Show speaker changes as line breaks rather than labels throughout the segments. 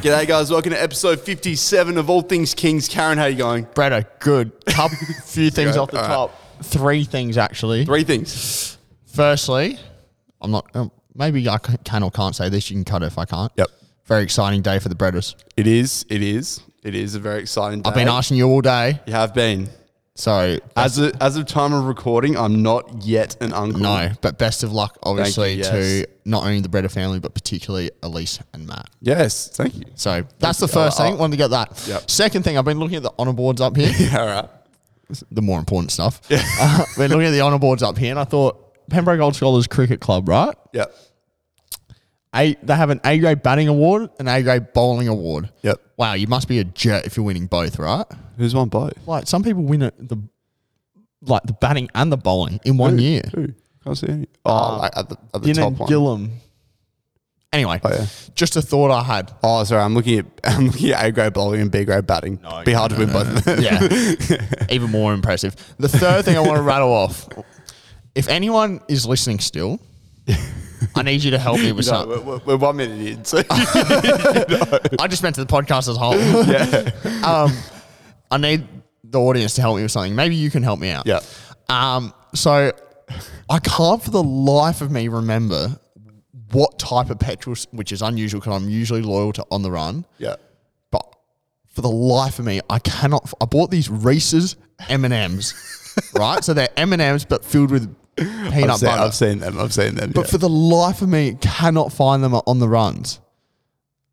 G'day, guys. Welcome to episode 57 of All Things Kings. Karen, how you going?
Bretto, good. Couple, few things
Go,
off the
all right.
top. Three things actually.
Three things.
Firstly, I'm not. Um, maybe I can- can or can't say this. You can cut it if I can't.
Yep.
Very exciting day for the Brettos.
It is. It is. It is a very exciting day.
I've been asking you all day,
You have been.
so uh,
As of, as of time of recording, I'm not yet an uncle.
no. But best of luck, obviously,
yes.
to not only the Bretto family, but particularly Elise and Matt.
Yes. Thank you.
So that's the first
I'll-
thing. Wanted to get that.
Yep.
Second thing, I've been looking at the honor boards up here.
All right.
the more important stuff. Uh, we're looking at the honor boards up here, and I thought Pembroke Old Scholars Cricket Club, right?
Yep.
A, they have an A grade batting award, an A grade bowling award.
Yep.
Wow, you must be a jerk if you're winning both, right?
Who's won both?
Like some people win it, the like the batting and the bowling in one year.
Who? Can't see any. Oh, like at the, at the
Din
top
and
one.
Gillum. Anyway,
Oh, yeah.
just a thought I had.
Oh, sorry. I'm looking at I'm looking at A grade bowling and B grade batting. Be hard to win both of them.
Yeah, even more impressive. The third thing I want to rattle off. If anyone is listening still, I need you to help me with
No,
something.
we're, we're, we're one minute in. So
I just meant to the podcast as a whole. Um, I need the audience to help me with something. Maybe you can help me out.
Yeah.
Um, so I can't for the life of me remember what type of petrol, s- which is unusual because I'm usually loyal to on the run.
yeah.
But for the life of me, I cannot. f- I bought these Reese's M and M's, right? So they're M and M's but filled with peanut
I've seen,
butter.
I've seen them. I've seen them.
But
yeah.
for the life of me, cannot find them on the runs.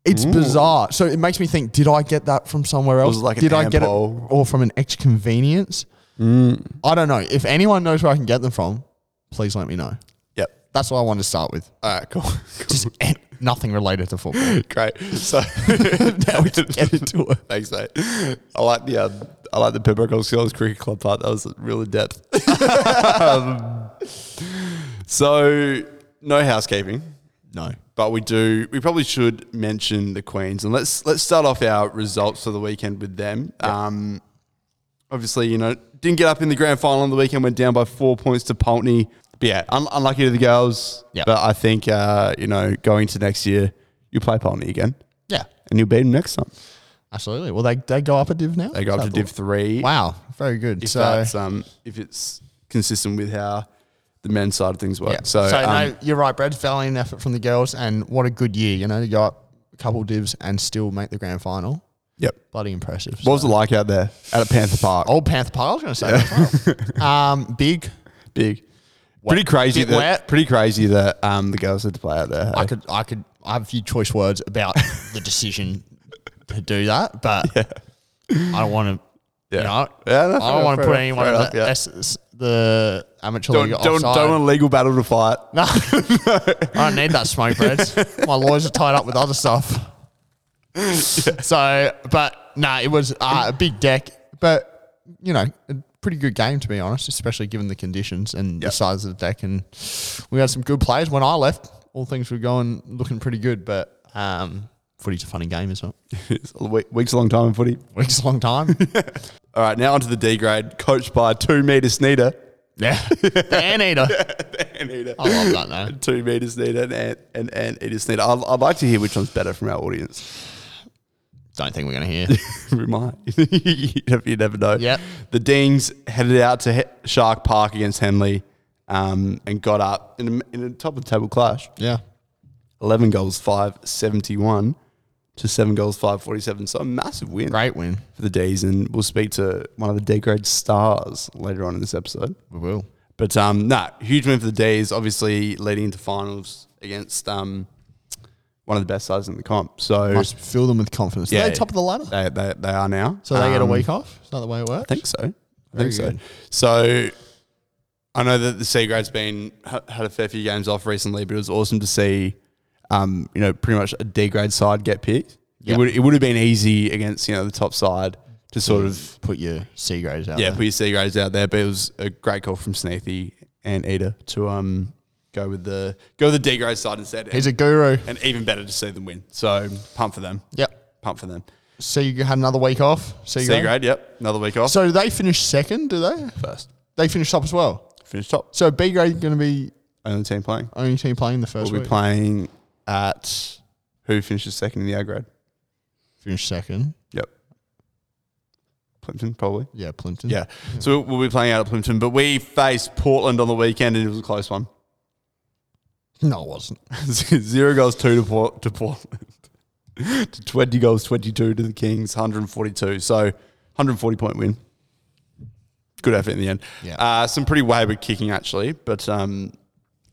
It's bizarre. So it makes me think: Did I get that from somewhere else?
Was it like an
did I get it,
handball? Mm.
or from an ex convenience? I don't know. If anyone knows where I can get them from, please let me know.
yep.
That's what I wanted to start with.
All right, cool. cool.
Just eh, nothing related to football.
Great. So
now we can get into it.
thanks, mate. I like the um, I like the Pembroke Old Scholars Cricket Club part. That was real in depth. Um, so no housekeeping,
No.
but we do. We probably should mention the Queens, and let's let's start off our results for the weekend with them. Um, obviously, you know, didn't get up in the grand final on the weekend. Went down by four points to Pulteney. But yeah, un- unlucky to the girls.
Yeah.
But I think uh, you know, going to next year, you play Pulteney again
Yeah.
and you'll beat them next time.
Absolutely. Well, they, they go up a div now.
They go
Is
up to
that
Div
the-
Three.
Wow. Very good.
If
so
that's um, if it's consistent with how the men's side of things work.
Yeah.
So,
So,
um,
no, you're right, Brad. Valiant effort from the girls, and what a good year, you know, to go up a couple divs and still make the grand final.
yep.
Bloody impressive.
What was it like out there out at Panther Park?
Old Panther Park, I was going to say. that as well. um, big.
big, pretty crazy.
Bit
that,
wet.
Pretty crazy that um, the girls had to play out there.
I could, I could, I have a few choice words about the decision to do that, but I don't want to.
Yeah.
You know,
Yeah, no, fair
I don't want
enough,
to put
fair
anyone in
enough,
the,
yeah.
S- the amateur
don't
league
don't,
offside.
don't want a legal battle to fight.
No. I don't need that smoke, Brad. My lawyers are tied up with other stuff. So, but no, it was uh, a big deck, but you know, a pretty good game to be honest, especially given the conditions and the
Yep.
size of the deck. And we had some good players. When I left, all things were going looking pretty good, but um, footy's a funny game, isn't it?
It's a week, weeks a long time in footy.
Weeks a long time.
All right, now onto the D grade, coached by two meter Sneeder.
yeah, the anteater.
Anita.
I love that though.
Two meters need and and and, and it is need. I'd, I'd like to hear which one's better from our audience.
Don't think we're gonna hear.
We might. you, never, you never know.
Yep.
The Dings headed out to he- Shark Park against Henley, um, and got up in a, in a top of the table clash.
Yeah,
Eleven goals, five seventy one to seven goals, five forty seven. So a massive win
great win.
for the D's, and we'll speak to one of the D grade stars later on in this episode.
We will.
But um, nah, huge win for the D's. Obviously, leading into finals against um, one of the best sides in the comp. So
Must fill them with confidence.
Yeah.
They're top of the ladder.
they, they, they are now.
So they get a
Um,
week off. Is that the way it works?
I think so. I think
Very
so.
good.
So I know that the C grade's been ha- had a fair few games off recently, but it was awesome to see, um, you know, pretty much a D grade side get picked. It
Yep.
would it would have been easy against you know the top side to sort of
Put your C grades out.
Mm. yeah,
there.
put your C grades out there. But it was a great call from Sneethy and Ida to um go with the go with the D grade side instead.
he's
And,
a guru.
and even better to see them win. So pump for them.
Yep.
Pump for them.
So you had another week off. C,
C
grade.
grade, yep. Another week off.
So they finished second, do they?
first.
They finished top as well.
Finish top.
So B grade going to be
Only team playing.
only team playing the 1st
We'll be
week.
playing at who finishes second in the A grade.
Finished second.
Yep. Plimpton, probably. Mm-hmm.
Yeah, Plimpton.
Yeah. So we'll be playing out at Plimpton, but we faced Portland on the weekend and it was a close one.
No, it wasn't.
Zero goals, two to, Port- to Portland. to 20 goals, 22 to the Kings, 142. So 140 point win. Good effort in the end.
Yeah.
Uh, some pretty wayward kicking, actually, but um,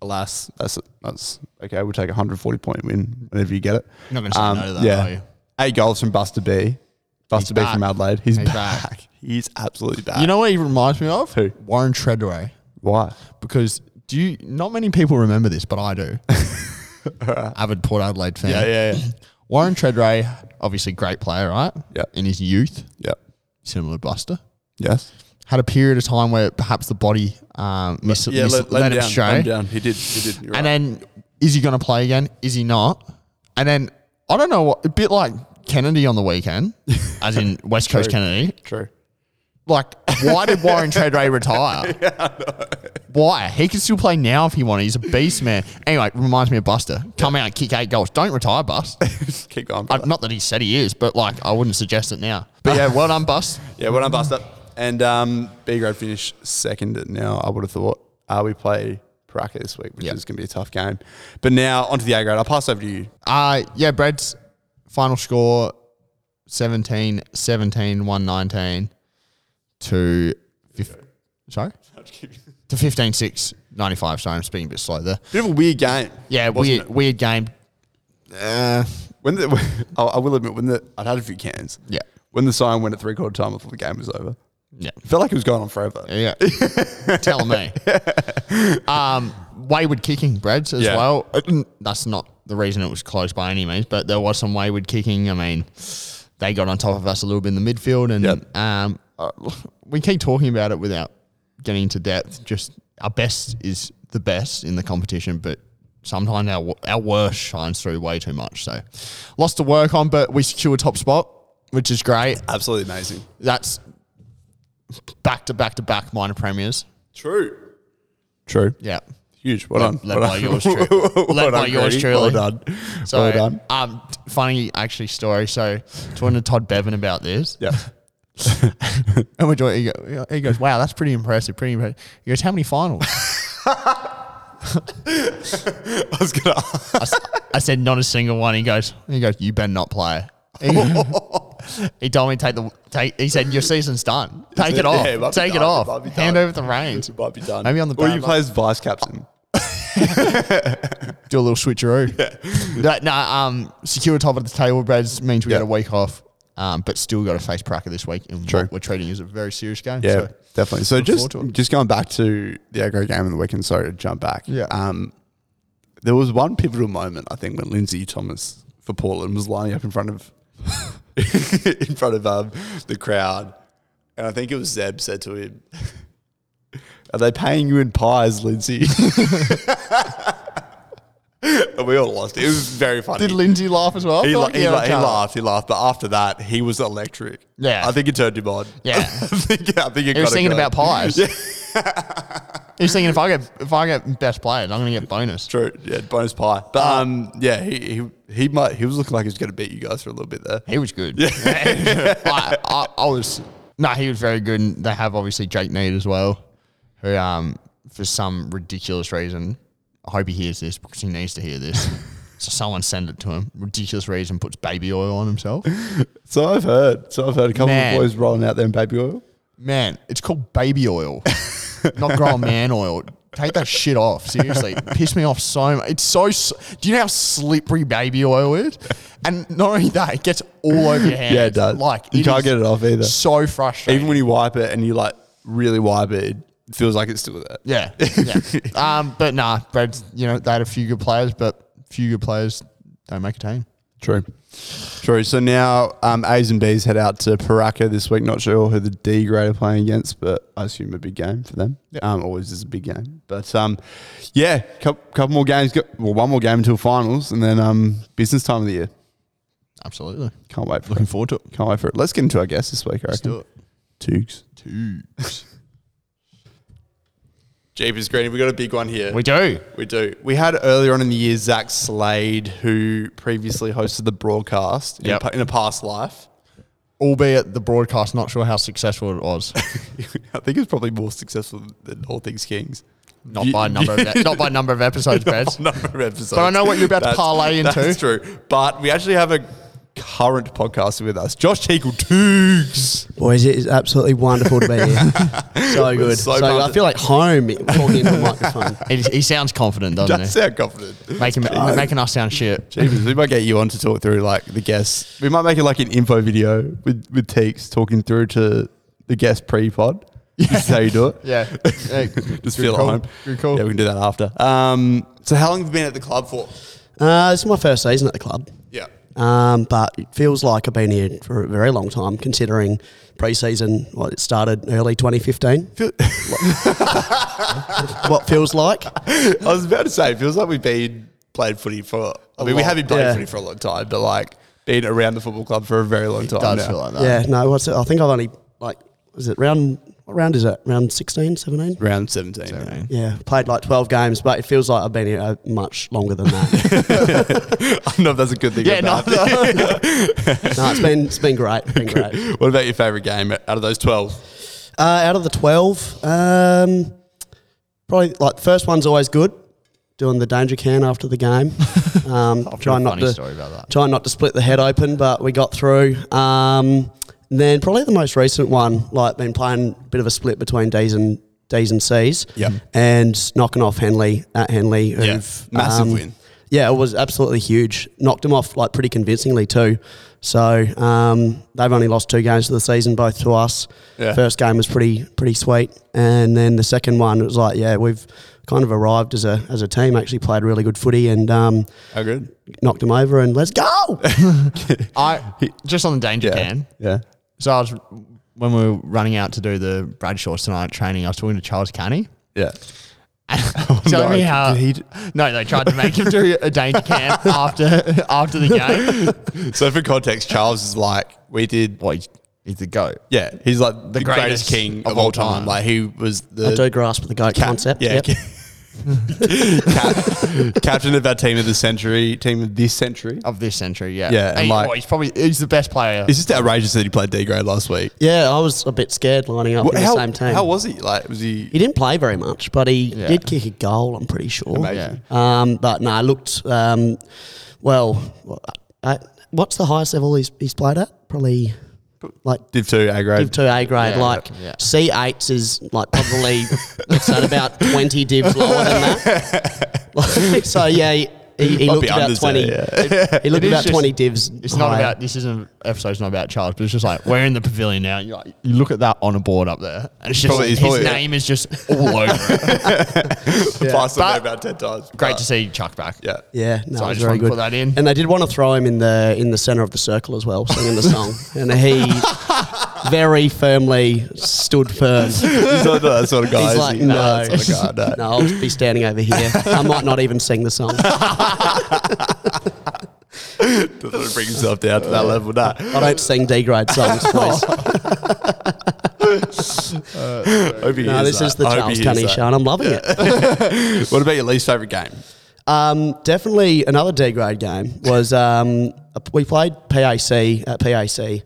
alas, that's, that's okay. We'll take a 140 point win whenever you get it. Um,
You're not gonna say no to that, are you?
Eight goals from Buster B. Buster B
back.
from Adelaide. He's,
He's
back. He's absolutely back.
You know what he reminds me of?
Who?
Warren Treadway.
why?
Because do you? Not many people remember this, but I do. Avid Port Adelaide fan.
Yeah, yeah, yeah.
Warren Treadway, obviously great player, right?
Yeah.
In his youth,
yep.
similar to Buster.
Yes.
Had a period of time where perhaps the body um, mis-
Yeah,
mis-
let, let, him down.
astray.
Let him down. He did. He did. You're
And
right.
then is he going to play again? Is he not? And then I don't know what a bit like Kennedy on the weekend, as in West Coast Kennedy.
True.
Like, why did Warren Treadray retire? Why? He can still play now if he wanted. He's a beast, man. Anyway, reminds me of Buster. Come out, kick eight goals. Don't retire, Bust.
Keep going.
Uh, Not that he said he is, but like, I wouldn't suggest it now. But yeah, well done, Bust.
Yeah, well done, Buster. And um, B grade finished second now, I would have thought. Uh, we play Paraka this week, which
Yeah.
is going to be a tough game. But now, onto the A grade. I'll pass over to you.
Uh, yeah, Brad's final score 17 17 119 to fif- sorry
Bit
to 15 6 95. Sorry, I'm speaking a bit slow there.
of a weird game.
Yeah,
wasn't
weird, weird game. Uh,
it? When the, I- I will admit, when the I'd had a few cans.
Yeah.
When the sign went at three quarter time, I thought the game was over.
yeah,
It felt like it was going on forever.
yeah. Tell me. Um, wayward kicking, Brad's as
Yeah.
well. Uh, That's not the reason it was close by any means, but there was some wayward kicking. I mean, they got on top of us a little bit in the midfield, and
Yep.
um, uh, we keep talking about it without getting into depth. Just our best is the best in the competition, but sometimes our wo- our worst shines through way too much. So, lots to work on, but we secured top spot, which is great.
Absolutely amazing.
That's back to back to back minor premiers.
True. True.
Yeah.
Huge. Well done.
led
well
by
done.
yours truly. Led by yours
Grady.
truly.
Well done.
So,
well done.
Um, t- funny actually story. So, talking to Todd Bevan about this,
Yeah.
and we're doing, he go- he goes, "Wow, that's pretty impressive. Pretty impressive." He goes, "How many finals?"
I was going to
I, s- I said, "Not a single one." He goes, "He goes, you better not play." He, he told me take the take. He said, "Your season's done. Take it
Yeah,
off.
it might be
take it
done. It
off.
might be
Hand
done.
over the reins.
It might be done.
Maybe on the
Or you
bad
play as vice captain.
Do a little switcheroo." No, no, um, secure top of the table, Brads means we
Yeah.
get a week off. Um, but still got to face Pracker this week, and
True.
what we're treating as a very serious game.
Yeah,
so.
definitely. So just
forward to
just going back to the aggro game in the weekend. Sorry to jump back.
Yeah.
Um, there was one pivotal moment I think when Lindsay Thomas for Portland was lining up in front of in front of um, the crowd, and I think it was Zeb said to him, "Are they paying you in pies, Lindsay?" and we all lost. It It was very funny.
Did Lindsay laugh as well? I
he,
feel
la-
like,
he,
yeah,
la-
I
he
can't.
laughed. He laughed. But after that, he was electric.
Yeah.
I think it turned him on.
Yeah.
I think. I think it
He was
got it
thinking
going.
about pies. he was thinking if I get if I get best players, I'm gonna get bonus.
True. Yeah, bonus pie. But
Oh.
um, yeah, he, he he might he was looking like he was going to beat you guys for a little bit there.
He was good. I, I, I was no, he was very good. And they have obviously Jake Need as well, who um for some ridiculous reason, I hope he hears this because he needs to hear this. so someone send it to him. Ridiculous reason puts baby oil on himself.
So I've heard. So I've heard a couple
Man.
of boys rolling out their baby oil.
Man, it's called baby oil, not grown man oil. Take that shit off. Seriously, piss me off so much. It's so. s- Do you know how slippery baby oil is? And not only that, it gets all over your hands.
Yeah, it does.
Like
you
it
can't
is
get it off either.
So frustrating.
Even when you wipe it and you like really wipe it, it feels like it's still there.
yeah, yeah. um, but nah, Brad. You know they had a few good players, but few good players don't make a team.
True. True. So now um, A's and B's head out to Paraka this week. Not sure who the D grade are playing against, but I assume a big game for them. Um, always is a big game. But um, yeah, couple, couple more games. Go- well, one more game until finals, and then um, business time of the year.
Absolutely.
Can't wait for
Looking
it.
forward to it.
Can't wait for it. Let's get into our guest this week, I reckon.
Let's do it.
Toogs.
Two.
Jeepers Green, we got a big one here.
We do.
We do. We had earlier on in the year Zach Slade, who previously hosted the broadcast in,
Yep.
pa- in a past life.
Albeit the broadcast, not sure how successful it was.
I think he was probably more successful than All Things Kings.
Not
You-
by number of e- not by number of episodes, Brad.
Number of episodes.
But I know what you're about to
That's-
parlay into.
That's true. But we actually have a current podcaster with us, Josh Teagle Toogs.
Boys, it is absolutely wonderful to be here. so good.
so
So,
pumped.
I feel like home talking into a microphone.
He, he sounds confident, doesn't
Does
he?
sound confident.
Making making us sound shit.
Jeepers, we might get you on to talk through like the guests. We might make it like an info video with with Teeks talking through to the guest pre-pod. This is how you do it.
Yeah.
Just feel at home.
Good call.
Yeah, we can do that after. Um, so how long have you been at the club for?
Uh, this is my first season at the club.
Yeah.
Um, but it feels like I've been here for a very long time, considering pre-season. What it started early 2015. what feels like?
I was about to say, it feels like we've been playing footy for. I mean, we
lot,
have been playing
yeah.
footy for a long time, but like been around the football club for a very long time.
Does
now.
feel like that.
Yeah. No. What's it? I think I've only like. Is it round? What round is it? Round 16, 17?
Round seventeen.
Yeah, played like 12 games, but it feels like I've been here uh, much longer than that.
I don't know if that's a good thing.
Yeah,
or
no,
bad
no.
no, it's been it's been great, been great.
thing. What about your favorite game out of those twelve?
Uh, out of the 12, um, probably like the first one's always good, doing the danger can after the game. Um,
Got a
trying not
funny
to
story about that.
trying not to split the head open, but we got through. Um, and then probably the most recent one, like been playing a bit of a split between D's and D's and C's,
Yep.
and knocking off Henley at Henley.
Yeah,
who've, um,
massive win.
Yeah, it was absolutely huge. Knocked them off like pretty convincingly too. So um, they've only lost two games of the season, both to us.
Yeah.
First game was pretty pretty sweet, and then the second one it was like, yeah, we've kind of arrived as a as a team. Actually played really good footy and um,
How good?
knocked him over and let's go.
I just on the danger
Yeah.
can.
Yeah.
So I was when we were running out to do the Bradshaws tonight training. I was talking to Charles Canny.
Yeah.
Tell
Oh, no,
me how.
did he-
no, they tried to make him do a danger can after after the game.
So for context, Charles is like we did.
Boy, he's the goat.
Yeah, he's like the, greatest,
greatest
king of, all time. Like he was the
I do grasp the goat
Cap-
concept.
Yeah.
yep.
Cap- captain of our team of the century, team of this century.
Of this century, yeah,
Yeah, and
He-
like-
boy, he's probably he's the best player.
It's just outrageous that he played D grade last week.
yeah, I was a bit scared lining up
Wha-
in
how,
the same team.
how was he? Like, was he?
he didn't play very much, but he
Yeah.
did kick a goal. I'm pretty sure.
Amazing.
Um, but no, looked um, well. I, what's the highest level he's, he's played at? Probably like
Div two A grade.
Div two A grade.
Yeah,
like
yeah.
C eights is like probably it's at about twenty divs lower than that. Like, so yeah, he, he, he
Might
looked
be
about
unders there,
twenty. He looked
It is
about
just-
twenty divs.
It's not
higher.
about this isn't episode's not about Charles, but it's just like we're in the pavilion now. and You're like, you look at that on a board up there, and it's just
Probably- he's
his
probably-
name is just all over. it.
Passed away
But-
about ten times.
Great
But,
to see Chuck back.
Yeah.
Yeah, no,
So I
it was
just
very
wanted to
good.
put that in.
And they did want to throw him in the in the center of the circle as well, singing the song, and he very firmly stood firm.
He's not that sort of guy.
He's
is
like,
he?
no,
that sort of guy, no.
no, I'll just be standing over here. I might not even sing the song. I
Doesn't wanna bring himself down to that level. No.
don't sing D grade songs, please.
Hope he
No,
hears
this is
that.
the
I hope
Charles
he hears
Cunny
that.
show, and I'm loving it.
What about your least favorite game?
Um, definitely another D grade game was um, we played PAC at PAC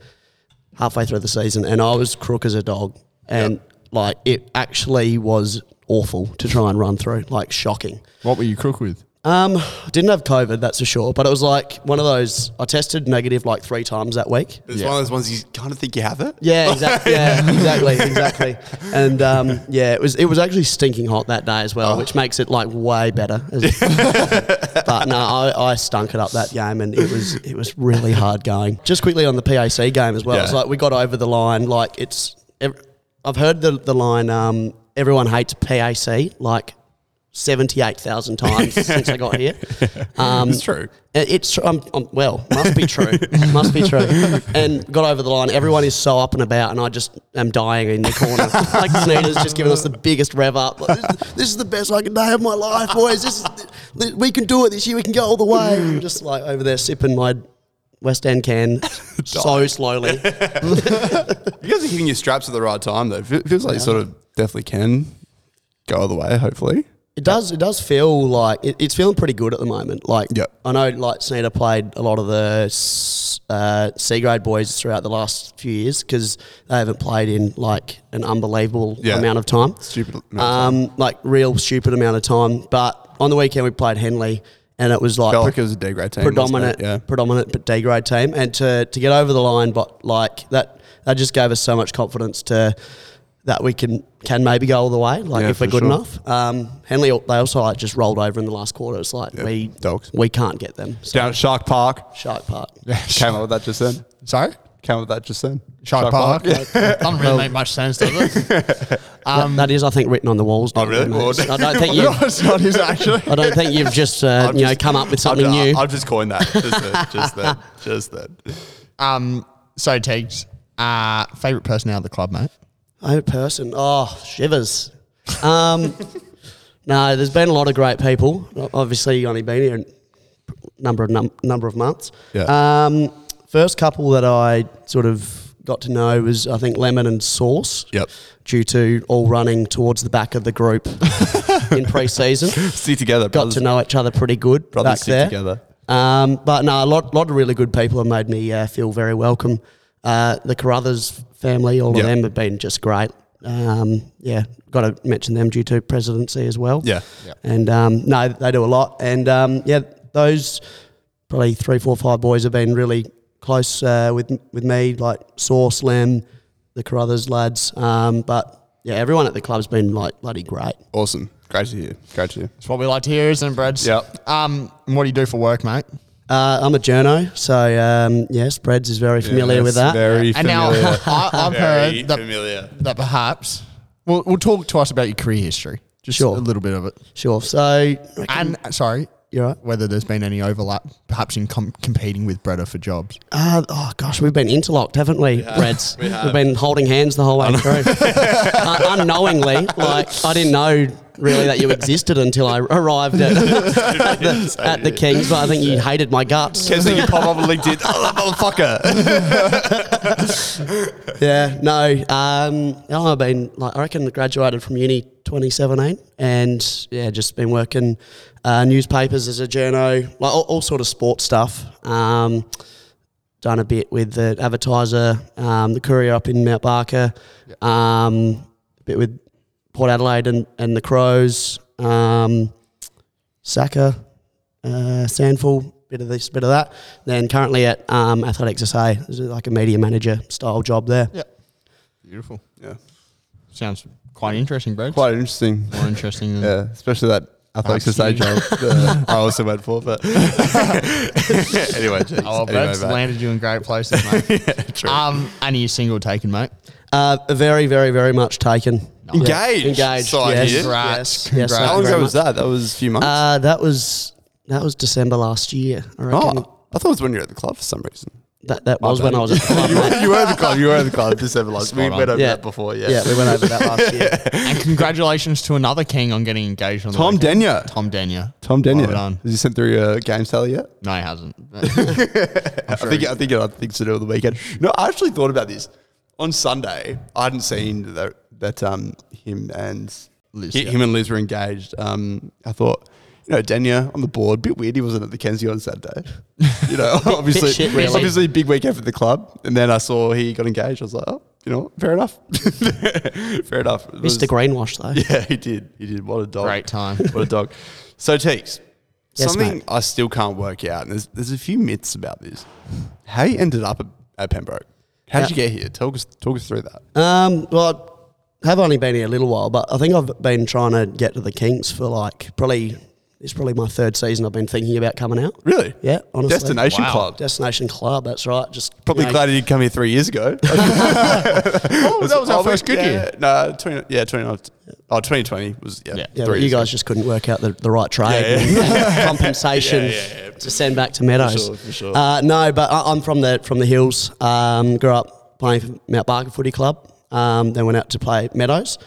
halfway through the season, and I was crook as a dog, and like it actually was awful to try and run through, like shocking.
What were you crook with?
Um, didn't have COVID, that's for sure, but it was like one of those. I tested negative like three times that week.
It's one of those ones you kind of think you have it.
Yeah, exactly. Yeah, exactly, exactly. And um, yeah, it was it was actually stinking hot that day as well, which makes it like way better. As- but no, I, I stunk it up that game, and it was it was really hard going. Just quickly on the PAC game as well, it's
Yeah.
like we got over the line. Like it's, ev- I've heard the the line. Um, everyone hates PAC. Like. 78,000 times since I got here. Um,
It's true.
it- It's tr- um, um, well, must be true, must be true. And got over the line. Everyone is so up and about, and I just am dying in the corner. like Nina's just giving us the biggest rev up. Like, this, this is the best like day of my life, boys. This is, th- we can do it this year. We can go all the way. I'm just like over there sipping my West End can so slowly.
You guys are hitting your straps at the right time, though. Fe- Feels like you sort of definitely can go other way, hopefully.
It does. It does feel like it, it's feeling pretty good at the moment. Like
Yep.
I know, like Sneeder played a lot of the s- uh, C grade boys throughout the last few years because they haven't played in like an unbelievable
Yeah.
amount of time.
Stupid amount
Um, like real stupid amount of time. But on the weekend we played Henley, and it was like
Felt
pre-
like it was a D grade team. wasn't it?
predominant,
Yeah.
predominant but D grade team, and to to get over the line, but like that, that just gave us so much confidence to that we can can maybe go all the way, like
Yeah,
if we're
for
good
sure.
enough. Um, Henley, they also like just rolled over in the last quarter. It's like we
dogs.
we can't get them. So
Down at Shark Park.
Shark Park.
Came up with that just then.
Sorry?
Came up with that just then.
Shark, Park.
Yeah.
Doesn't really make much sense, does it? Um,
Uh, that is, I think, written on the walls. Oh,
really? Well,
I don't think you.
no, it's not his actually.
I don't think you've just uh, you know
just-
come up with
I've,
something new.
I've just coined that. Just that. Just that. Just that.
um, so, Tegs, uh, favourite person out of the club, mate?
Oh, person. Oh, shivers. Um, no, there's been a lot of great people. O- Obviously, you only been here a number of num- number of months.
Yeah.
Um, first couple that I sort of got to know was I think Lemon and Sauce.
Yep.
Due to all running towards the back of the group in pre-season,
Stick together.
got to know each other pretty good
Brothers
back
stick
there.
together.
Um, but no, a lot, lot of really good people have made me uh, feel very welcome. Uh, the Carruthers family, all
Yeah.
of them have been just great. Um, yeah, got to mention them due to presidency as well.
Yeah.
Yeah.
And um, no, they do a lot. And um, yeah, those probably three, four, five boys have been really close uh, with with me, like Sauce, Lem, the Carruthers lads. Um, but yeah, everyone at the club's been like bloody great.
Awesome. Great to hear. Great to hear.
It's what we like to hear, isn't it, Brad?
Yep.
Um, and what do you do for work, mate?
Uh, I'm a journo, so um, yeah, Spreads is very familiar with that.
Very
And now
familiar.
I, I've
Very
heard that,
familiar.
that perhaps we'll, we'll talk to us about your career history, just
Sure.
a little bit of it,
Sure. So
and sorry,
you're right.
whether there's been any overlap, perhaps in com- competing with Breda for jobs.
Uh, oh gosh, we've been interlocked, haven't we, Reds? We have been holding hands the whole way through, uh, unknowingly. Like I didn't know really that you existed until I arrived at, at, the, at the Kings. But I think you hated my guts.
Kids think you pop up on LinkedIn. Oh, that motherfucker.
Yeah. No. Um. I've been like I reckon graduated from uni 2017, and yeah, just been working uh, newspapers as a journo, like all, all sort of sports stuff. Um. done a bit with the advertiser, um, the courier up in Mount Barker, um, a bit with Port Adelaide and, and the Crows, um, Saka, uh, Sandful, bit of this, bit of that. Then currently at um, Athletics SA, this is like a media manager style job there.
Yeah. Beautiful.
Yeah.
Sounds quite interesting, Brad.
Quite interesting.
more interesting than
Yeah, especially that athletics
Absolutely.
stage job that I uh, also went for. But anyway, James.
Oh,
anyway,
Brad's
mate.
landed you in great places, mate.
True.
um, and are you single taken, mate?
Uh, very, very, very much taken.
Engaged.
Engaged.
So I
yes,
hear.
Congrats,
yes, yes,
congrats.
thank
How
you
long
very
ago
much.
was that? That was a few months.
Uh, that was that was December last year. I reckon.
oh, I thought it was when you were at the club for some reason.
That that was when I was at the club.
you, were, you were at the club. You were at the club. This ever last. We
Spot on.
went over
Yeah.
that before. Yeah.
yeah, we went over that last year.
And congratulations to another king on getting engaged on the
Tom
weekend.
Denyer.
Tom Denyer.
Tom Denyer.
Well done.
Has he sent through a game tally yet?
No, he hasn't. But
I think I think it had things to do with the weekend. No, I actually thought about this on Sunday. I hadn't seen that that um him and
Liz,
hi-
yeah.
him and Liz were engaged. Um, I thought. You know, Denya on the board, bit weird he wasn't at the Kenzie on Saturday. You know, obviously,
shit, really.
obviously, big weekend for the club. And then I saw he got engaged. I was like, oh, you know, what? fair enough, fair enough. It was-
Mr. Greenwash though.
Yeah, he did. He did. What a dog.
Great time.
What a dog. So, Teeks,
Yes,
something
mate.
I still can't work out, and there's, there's a few myths about this. How you ended up at, at Pembroke? How did
Yeah.
you get here? Talk us, talk us through that.
Um, well, I have only been here a little while, but I think I've been trying to get to the Kings for like probably it's probably my third season. I've been thinking about coming out.
Really?
Yeah, honestly.
Destination
Wow.
club.
Destination Club. That's right. Just you
Probably
know,
glad he didn't come here three years ago.
oh, that was our first good
yeah,
year.
No, 20, yeah, 2019. Oh, 2020 was, yeah.
Yeah.
three
Yeah, but you
years ago.
guys just couldn't work out the, the right trade and compensation to send back to Meadows.
sure, for sure.
Uh, no, but I, I'm from the from the hills. Um, grew up playing for Mount Barker Footy Club. Um, then went out to play Meadows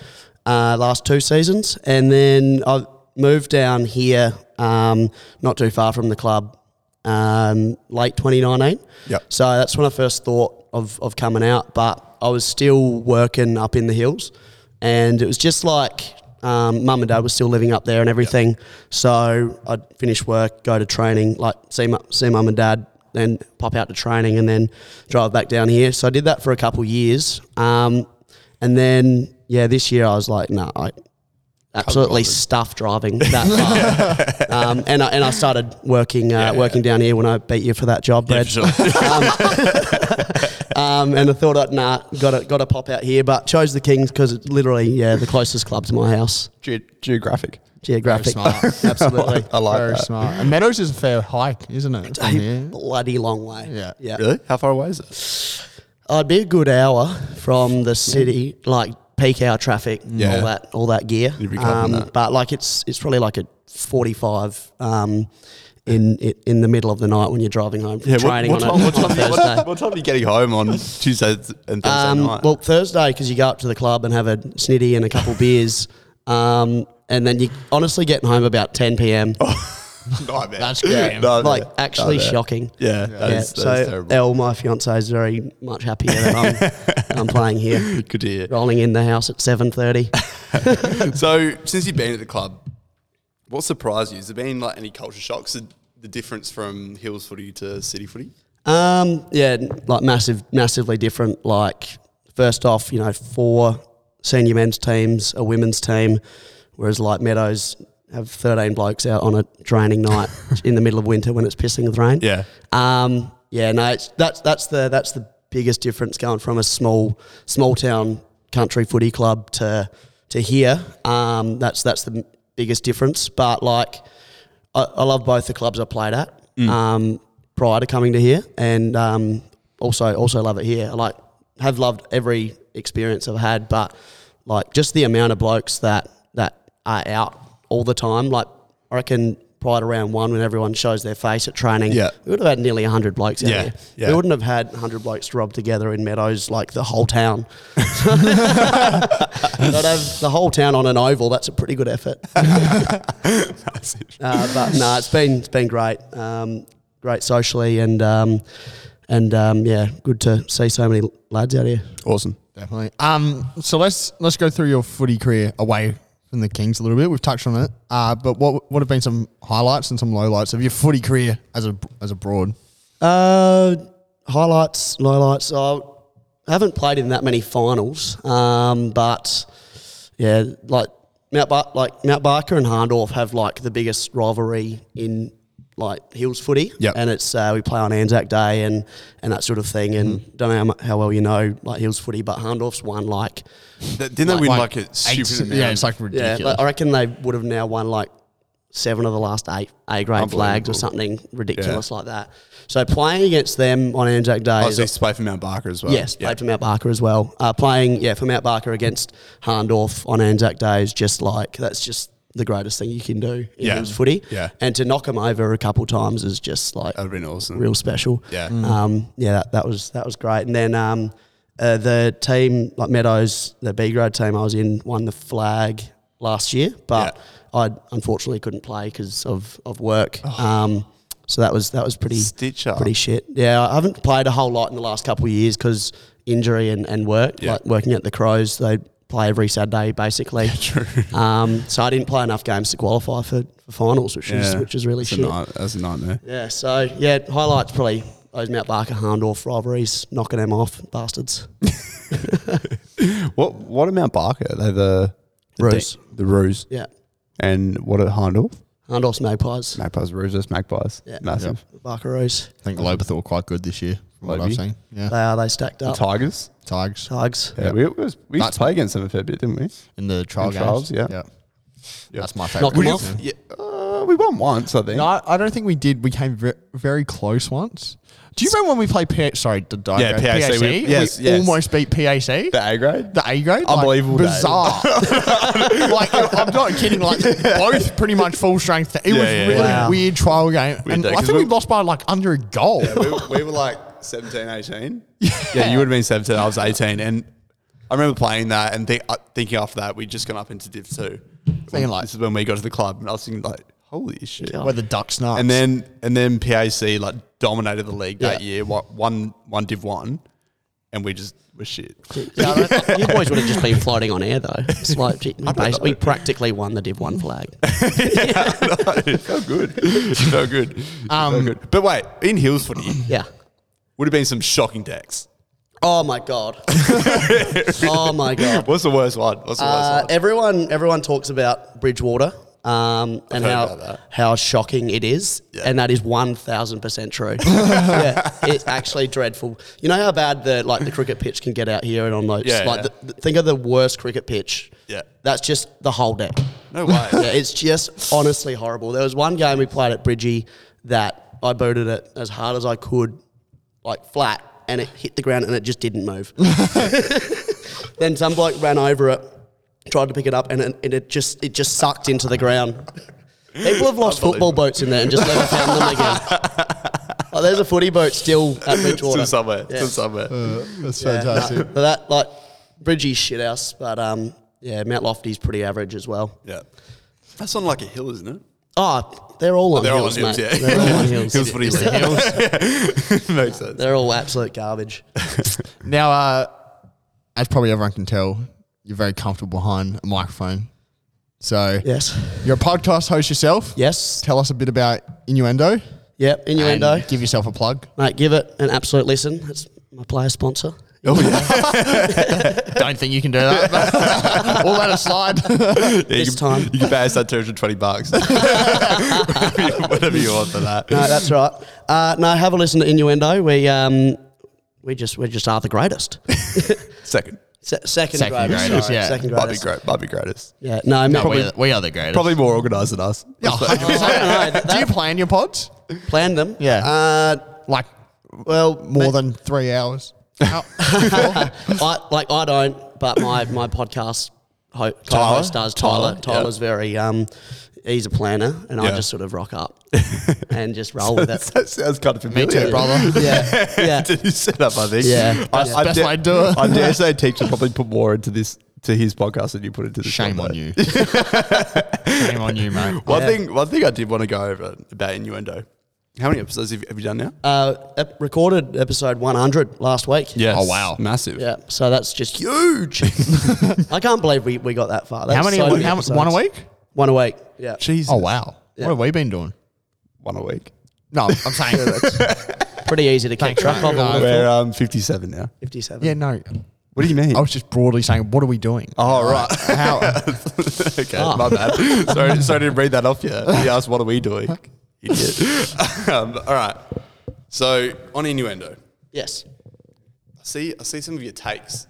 uh, last two seasons, and then I moved down here, um, not too far from the club, um, late 2019.
Yep.
So that's when I first thought of, of coming out, but I was still working up in the hills. And it was just like, Um, Mum and Dad was still living up there and everything, so I'd finish work, go to training, like see mu- see Mum and Dad, then pop out to training, and then drive back down here. So I did that for a couple years, um, and then yeah, this year I was like, no, I absolutely stuffed driving that far. um, and I, and I started working uh, working down here when I beat you for that job, Brad. Um, and I thought, I'd, nah, got to got to pop out here, but chose the Kings because it's literally, yeah, the closest club to my house,
Ge- geographic.
geographic.
smart.
Absolutely,
I like
Very
that.
smart. And Meadows is a fair hike, isn't it? from
a
here?
bloody long way.
Yeah.
yeah.
Really? How far away is it?
I'd be a good hour from the city, like peak hour traffic,
Yeah.
all that, all that gear.
You'd be coping
Um,
that.
But like it's it's probably like a forty-five um, in in the middle of the night when you're driving home from training
what, what,
on,
time, what,
a, on a
time, what,
Thursday.
time, what time are you getting home on Tuesday and Thursday
Um,
night?
well, Thursday because you go up to the club and have a snitty and a couple beers, um, and then you honestly getting home about ten p.m.
Oh, nightmare.
That's great.
Nightmare.
like actually shocking.
yeah, that
Yeah,
is, that is
so
terrible.
Elle, my fiance, is very much happier that I'm, that I'm playing here.
Good to hear.
Rolling in the house at seven thirty.
So, since you've been at the club, what surprised you? Has there been like any culture shocks? The, the difference from hills footy to city footy?
Um, yeah, like massive, massively different. Like first off, you know, four senior men's teams, a women's team, whereas like Meadows have thirteen blokes out on a training night in the middle of winter when it's pissing with rain.
Yeah.
Um, yeah, no, it's, that's that's the that's the biggest difference going from a small small town country footy club to to here. Um, that's that's the biggest difference. But like, I, I love both the clubs I played at um, prior to coming to here, and um, also also love it here. I like have loved every experience I've had, but like just the amount of blokes that that are out all the time. Like I reckon prior to round one, when everyone shows their face at training,
Yeah.
we would have had nearly 100 blokes out
Yeah,
there.
yeah.
We wouldn't have had 100 blokes to rub together in Meadows, like the whole town. Not have the whole town on an oval, that's a pretty good effort. uh, but no, it's been, it's been great. Um, great socially and, um, and um, yeah, good to see so many lads out here.
Awesome.
Definitely. Um, so let's let's go through your footy career away from the Kings a little bit. We've touched on it. Uh, but what what have been some highlights and some lowlights of your footy career as a as a broad?
Uh, highlights, lowlights. I haven't played in that many finals, um, but yeah, like Mount Bar- like Mount Barker and Harndorf have like the biggest rivalry in like Hills footy,
Yep.
and it's uh, we play on Anzac Day and and that sort of thing. And
Mm-hmm.
don't know how, mu- how well you know like Hills footy, but Harndorf's won like
Th- didn't they win like, a
eight-
stupid amount?
Yeah, it's like
yeah,
ridiculous.
like, I reckon they would have now won like seven of the last eight A grade flags or something ridiculous like that. So playing against them on Anzac Day,
I
is
was used to play for Mount Barker as well.
Yes, played for Mount Barker as well. Uh, playing, yeah, for Mount Barker against Harndorf on Anzac Day is just like that's just the greatest thing you can do in
Yeah.
Hill's footy.
Yeah.
and to knock them over a couple times is just like
That'd been awesome.
real special.
Yeah.
um, yeah, that, that was that was great. And then um, uh, the team like Meadows, the B grade team I was in, won the flag last year, but I unfortunately couldn't play because of of work.
Oh.
Um, so that was that was pretty
Stitch up.
pretty shit. Yeah, I haven't played a whole lot in the last couple of years because injury and, and work.
Yeah.
Like working at the Crows, they play every Saturday basically. True. Um, so I didn't play enough games to qualify for, for finals, which is which is really
that's
shit.
A night, that's a nightmare.
Yeah. So yeah, highlights probably those Mount Barker Harndorf rivalries, knocking them off, bastards.
What What at Mount Barker? Are they the the
Roos.
da- the Ruse.
Yeah,
And what at Heindorf?
Harndorf's Magpies,
Magpies, Ruse versus Magpies.
Yeah.
Massive.
Barkeros.
I think Lobethal were quite good this year. From what I've
Lobie?
seen. Yeah,
They are they stacked up.
Tigers.
Tigers
Tigers.
Yeah, we, we, was, we used
That's-
to play against them a fair bit, didn't we?
in the trial
In
games.
trials, yeah. Yeah.
that's my
Knock
favorite.
'em off.
Yeah, uh, we won once, I think.
No, I- I don't think we did. We came ve- very close once. Do you remember when we played PH? Sorry, the
Yeah, PAC, we- yes,
we
yes.
almost beat PAC.
The A grade.
The A grade,
Unbelievable
like,
day.
bizarre. like I- I'm not kidding. Like both pretty much full strength. It was
yeah,
really
yeah. Wow.
weird trial game, and
day,
I
'cause
think we
we-
lost by like under a goal.
Yeah, we, were- we were like 17, 18. Yeah, you would have been 17. I was 18. And I remember playing that and think, uh, thinking after that, we'd just gone up into Div 2.
Thinking like-
this is when we got to the club. And I was thinking, like, holy shit.
Where the ducks nuts.
And then and then PAC like dominated the league that
Yeah.
year, wa- won one div one, and we just were shit.
Yeah, I don't- you boys would have just been floating on air though. It's like gee, we, basi- we practically won the Div One flag.
it felt good. It felt good. It felt
Um,
good. But wait, in Hills footy
Yeah.
would have been some shocking decks.
Oh my god. oh my god.
What's the worst one? What's the
Uh,
worst one?
everyone, everyone talks about Bridgewater um, and
heard about
how
that.
how shocking it is,
Yeah.
and that is one thousand percent true. yeah, it's actually dreadful. You know how bad the like the cricket pitch can get out here and on those.
Yeah,
like
yeah.
The, the- think of the worst cricket pitch.
Yeah.
that's just the whole deck.
No way.
Yeah, it's just honestly horrible. There was one game we played at Bridgie that I booted it as hard as I could, like flat, and it hit the ground and it just didn't move. then some bloke ran over it, tried to pick it up, and it, and it just it just sucked into the ground. People have lost football boats in there and just never found them again. Like, there's a footy boat still at
Still
Bridgewater.
somewhere.
Yeah.
Still somewhere.
Uh.
Uh,
That's
Yeah, no, but that like Bridgie's shit house, but um, yeah, Mount Lofty's pretty average as well.
yeah. That's on like a hill, isn't it?
Oh, they're all on
They're all
hills,
on hills,
mate.
yeah.
They're all on hills.
Hills footy league. Makes sense.
They're all absolute garbage.
Now, uh, as probably everyone can tell, you're very comfortable behind a microphone. So,
Yes.
you're a podcast host yourself.
Yes.
Tell us a bit about innuendo. and
Yep. Innuendo.
give yourself a plug.
mate, give it an absolute listen. That's my player sponsor.
Oh yeah.
Don't think you can do that. but All that aside,
Yeah,
This
you,
time.
You can pay us that 220 bucks. Whatever you want for that.
No, that's right. Uh, no, have a listen to Innuendo. We um, we just we just are the greatest.
Second.
Se- second,
Second
greatest.
greatest,
sorry.
yeah.
Second
Might be
greatest.
great. Might be greatest.
Yeah. No, I mean,
no, we,
probably
are, we are the greatest.
Probably more organised than us.
Yeah, 100%. do you plan your pods?
planned them.
Yeah.
Uh,
Like
well,
more than three hours?
I like I don't, but my my podcast ho-
Tyler?
co-host does
Tyler,
Tyler.
yeah.
Tyler's very um, he's a planner, and I
Yeah.
just sort of rock up and just roll with it.
that sounds kind of familiar,
too,
bro.
brother.
Yeah, yeah.
Did you set up, I think.
Yeah.
I,
That's- that's why I do it.
I dare say teacher probably put more into this to his podcast than you put into this.
Shame
one,
on
though.
you. Shame on you, mate.
One
Yeah.
thing one thing I did want to go over about innuendo. How many episodes have you, have you done now?
Uh, ep- recorded episode 100 last week.
Oh, wow.
Massive.
yeah. So that's just huge. I can't believe we, we got that far. That's
How many?
so
how,
episodes.
one a week?
One a week. Yeah.
Jesus.
Oh wow!
Yeah.
What have we been doing?
One a week.
No, I'm saying.
Pretty easy to keep
Thanks,
track
mate.
of.
No.
all
We're um, 57 now.
57.
yeah, no.
What do you mean?
I was just broadly saying, what are we doing?
Oh, right.
How?
okay, my bad. Sorry, sorry to read that off you. He asked, what are we doing? Idiot. um, all right. So, on innuendo,
Yes.
I see, I see some of your takes.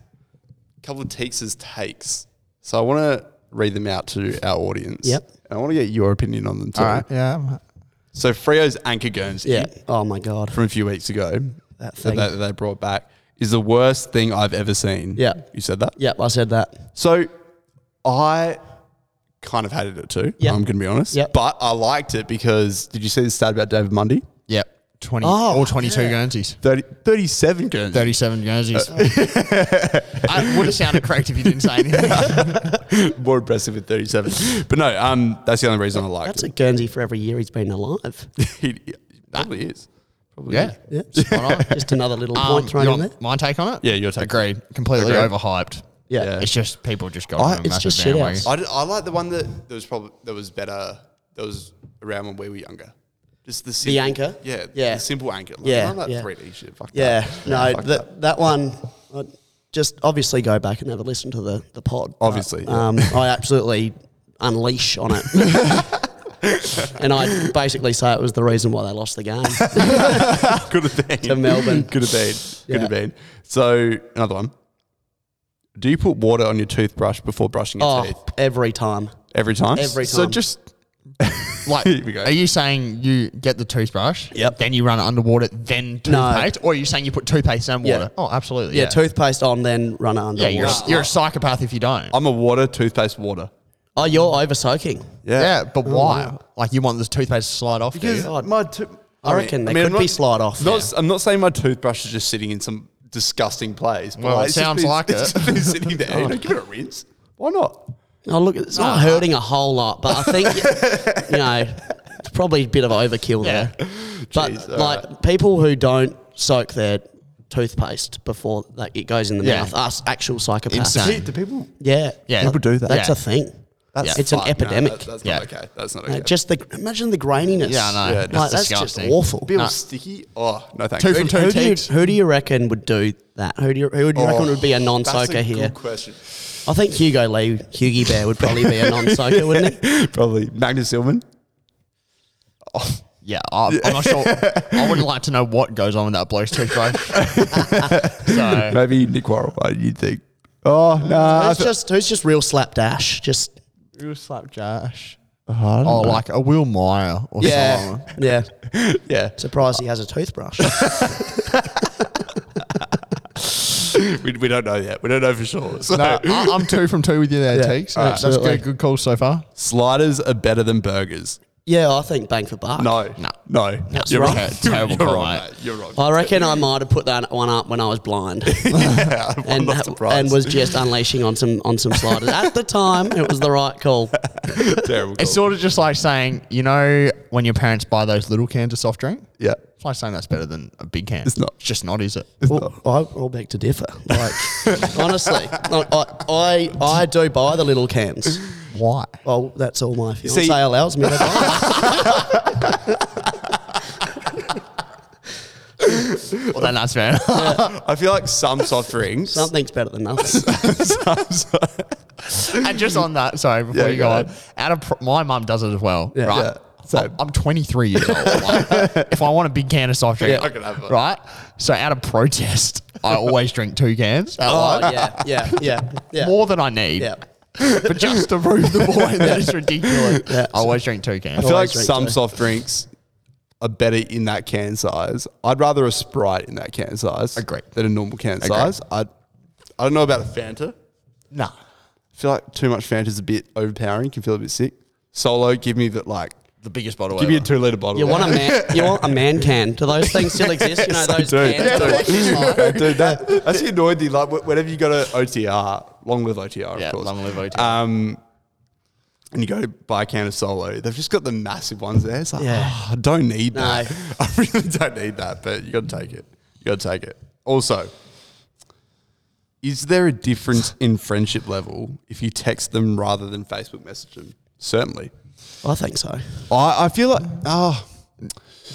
A couple of takes as takes. So, I want to read them out to our audience.
Yep.
And I want to get your opinion on them too.
All right. Yeah. I'm-
So, Frio's Anchor Guernsey
Yeah. Oh, my God.
from a few weeks ago
That thing.
that they brought back is the worst thing I've ever seen.
Yeah.
You said that?
Yep. I said that.
So I kind of hated it too.
Yeah.
I'm going to be honest.
Yeah.
But I liked it because did you see the stat about David Mundy?
Yep. Twenty.
Oh,
all twenty-two Guernseys.
30, 37 Guernsey.
Thirty-seven Guernseys. I would have sounded correct if you didn't say anything.
More impressive with 37. But no, um, that's the only reason I liked
That's a
it.
Guernsey for every year he's been alive.
He- he probably is. Probably
yeah.
is.
Yeah.
Spot on.
Just another little
Um,
point thrown
you
in there.
want my take on it?
Yeah, your take.
Agreed. Completely
Agreed.
overhyped.
Yeah.
Yeah.
It's just people just got.
I-
on a
it's
massive
just shit
bandwagon.
house.
I, did, I like the one that there was probably that was better. That was around when we were younger. Just the simple,
anchor?
Yeah.
Yeah.
The simple anchor. Like,
Yeah,
None of that
yeah.
3D shit. Fuck
Yeah,
that.
no,
fuck
that, that one. I just obviously go back and have a listen to the the pod.
Obviously,
But, um, I absolutely unleash on it. And I basically say it was the reason why they lost the game.
Could have been.
To Melbourne.
Could have been. Could
Yeah.
have been. So another one. Do you put water on your toothbrush before brushing your
oh,
teeth
every time.
every time?
every
So
time.
just like,
Here we go.
are you saying you get the toothbrush?
Yep.
Then you run it underwater, then
No.
toothpaste, or are you saying you put toothpaste and
Yeah.
water? Oh, absolutely.
Yeah,
Yeah.
toothpaste on, then run it under.
Yeah, you're, a-
water.
you're a psychopath if you don't.
I'm a water toothpaste water.
oh, you're over soaking.
yeah, but
Oh.
why? Like you want this toothpaste to slide off? do
Because
you?
God.
my to-
I reckon they
I'm
could be slide off,
Not, I'm not saying my toothbrush is just sitting in some disgusting place. but
Well, it
it's just
sounds
been-
like
it's
it.
just been sitting there. You know, give it a rinse. Why not?
Oh, look, it's not
No.
hurting a whole lot, but I think you know it's probably a bit of overkill
Yeah.
there. But
Jeez, all
like people who don't soak their toothpaste before like, it goes in the
Yeah.
mouth. Us actual psychopaths.
Insane.
Do people?
Yeah.
Yeah.
People do that.
That's
Yeah.
a thing.
Yeah.
it's an
Fuck, no,
epidemic.
that- that's
Yeah.
not okay. That's not
Uh,
okay.
Just the imagine the graininess.
Yeah, I know.
Yeah,
that's
like,
that's just
disgusting.
awful.
Bill
Nah.
sticky. Oh no, thanks.
Two from
Who-
two
who do you-
teams.
Who do you reckon would do that? Who do you, who do you reckon would be a non
Oh, That's
soaker
a
here?
Good question.
I think Hugo Lee, Hugie Bear would probably be a non soaker, wouldn't he?
Probably Magnus Silman.
Yeah, I'm, I'm not sure. I wouldn't like to know what goes on with that bloke's tooth, bro. so
Maybe Nick Worrell. uh, You'd think. Oh no,
Who's just who's just real slapdash? Just
real slap Josh. Oh, like a Will Meyer or someone.
yeah.
yeah.
Surprised he has a toothbrush.
We, we don't know yet. We don't know for sure. So.
No, I, I'm two from two with you there, Teeks.
All right.
That's good, good call so far.
Sliders are better than burgers.
yeah, I think bang for buck.
No,
No.
no.
That's
You're
right.
wrong.
Terrible
You're
call,
wrong.
mate.
mate. You're wrong.
I reckon I might have put that one up when I was blind
yeah, I'm
and
not surprised.
and was just unleashing on some on some sliders. At the time, it was the right call.
terrible. Call.
It's sort of just like saying, you know, when your parents buy those little cans of soft drink?
yeah.
It's like saying that's better than a big can.
It's not.
It's just not, is it?
Well, I will beg to differ. Like, honestly, no, I, I I do buy the little cans.
Why?
Well, that's all my fiance
See-
allows me to buy.
Well, then that's fair. enough.
I feel like some soft drinks.
Something's better than nothing.
and just on that, sorry, before
Yeah,
you
go
go
ahead.
on, out of pr- my mum does it as well,
Yeah.
right?
Yeah. So-
I'm- I'm 23 years old. Like, if I want a big can of soft drink,
Yeah, I can have one.
right? So out of protest, I always drink two cans,
Oh yeah, yeah, yeah, yeah.
more than I need.
yeah.
But just to prove the point that it's ridiculous, I always drink two cans.
I feel like
Always drink
some
too.
soft drinks are better in that can size. I'd rather a Sprite in that can size
Agree.
than a normal can
Agree.
size. I I don't know about a Fanta.
Nah.
I feel like too much Fanta's a bit overpowering. Can feel a bit sick. Solo, give me the like.
The biggest bottle
Give me a two liter bottle.
You want a man? You want a man can? Do those things still exist? You know
They
those
do.
cans.
They
that are
do.
like this high?
Dude, that, that's the annoying thing. Like wh- whenever you go to OTR, long live OTR, of
Yeah,
course.
long live OTR.
Um, and you go to buy a can of Solo. They've just got the massive ones there. It's like,
Yeah.
"Oh, I don't need
No.
that. I really don't need that. But you got to take it. You got to take it. Also, is there a difference in friendship level if you text them rather than Facebook message them? Certainly.
I think so.
I, I feel like oh,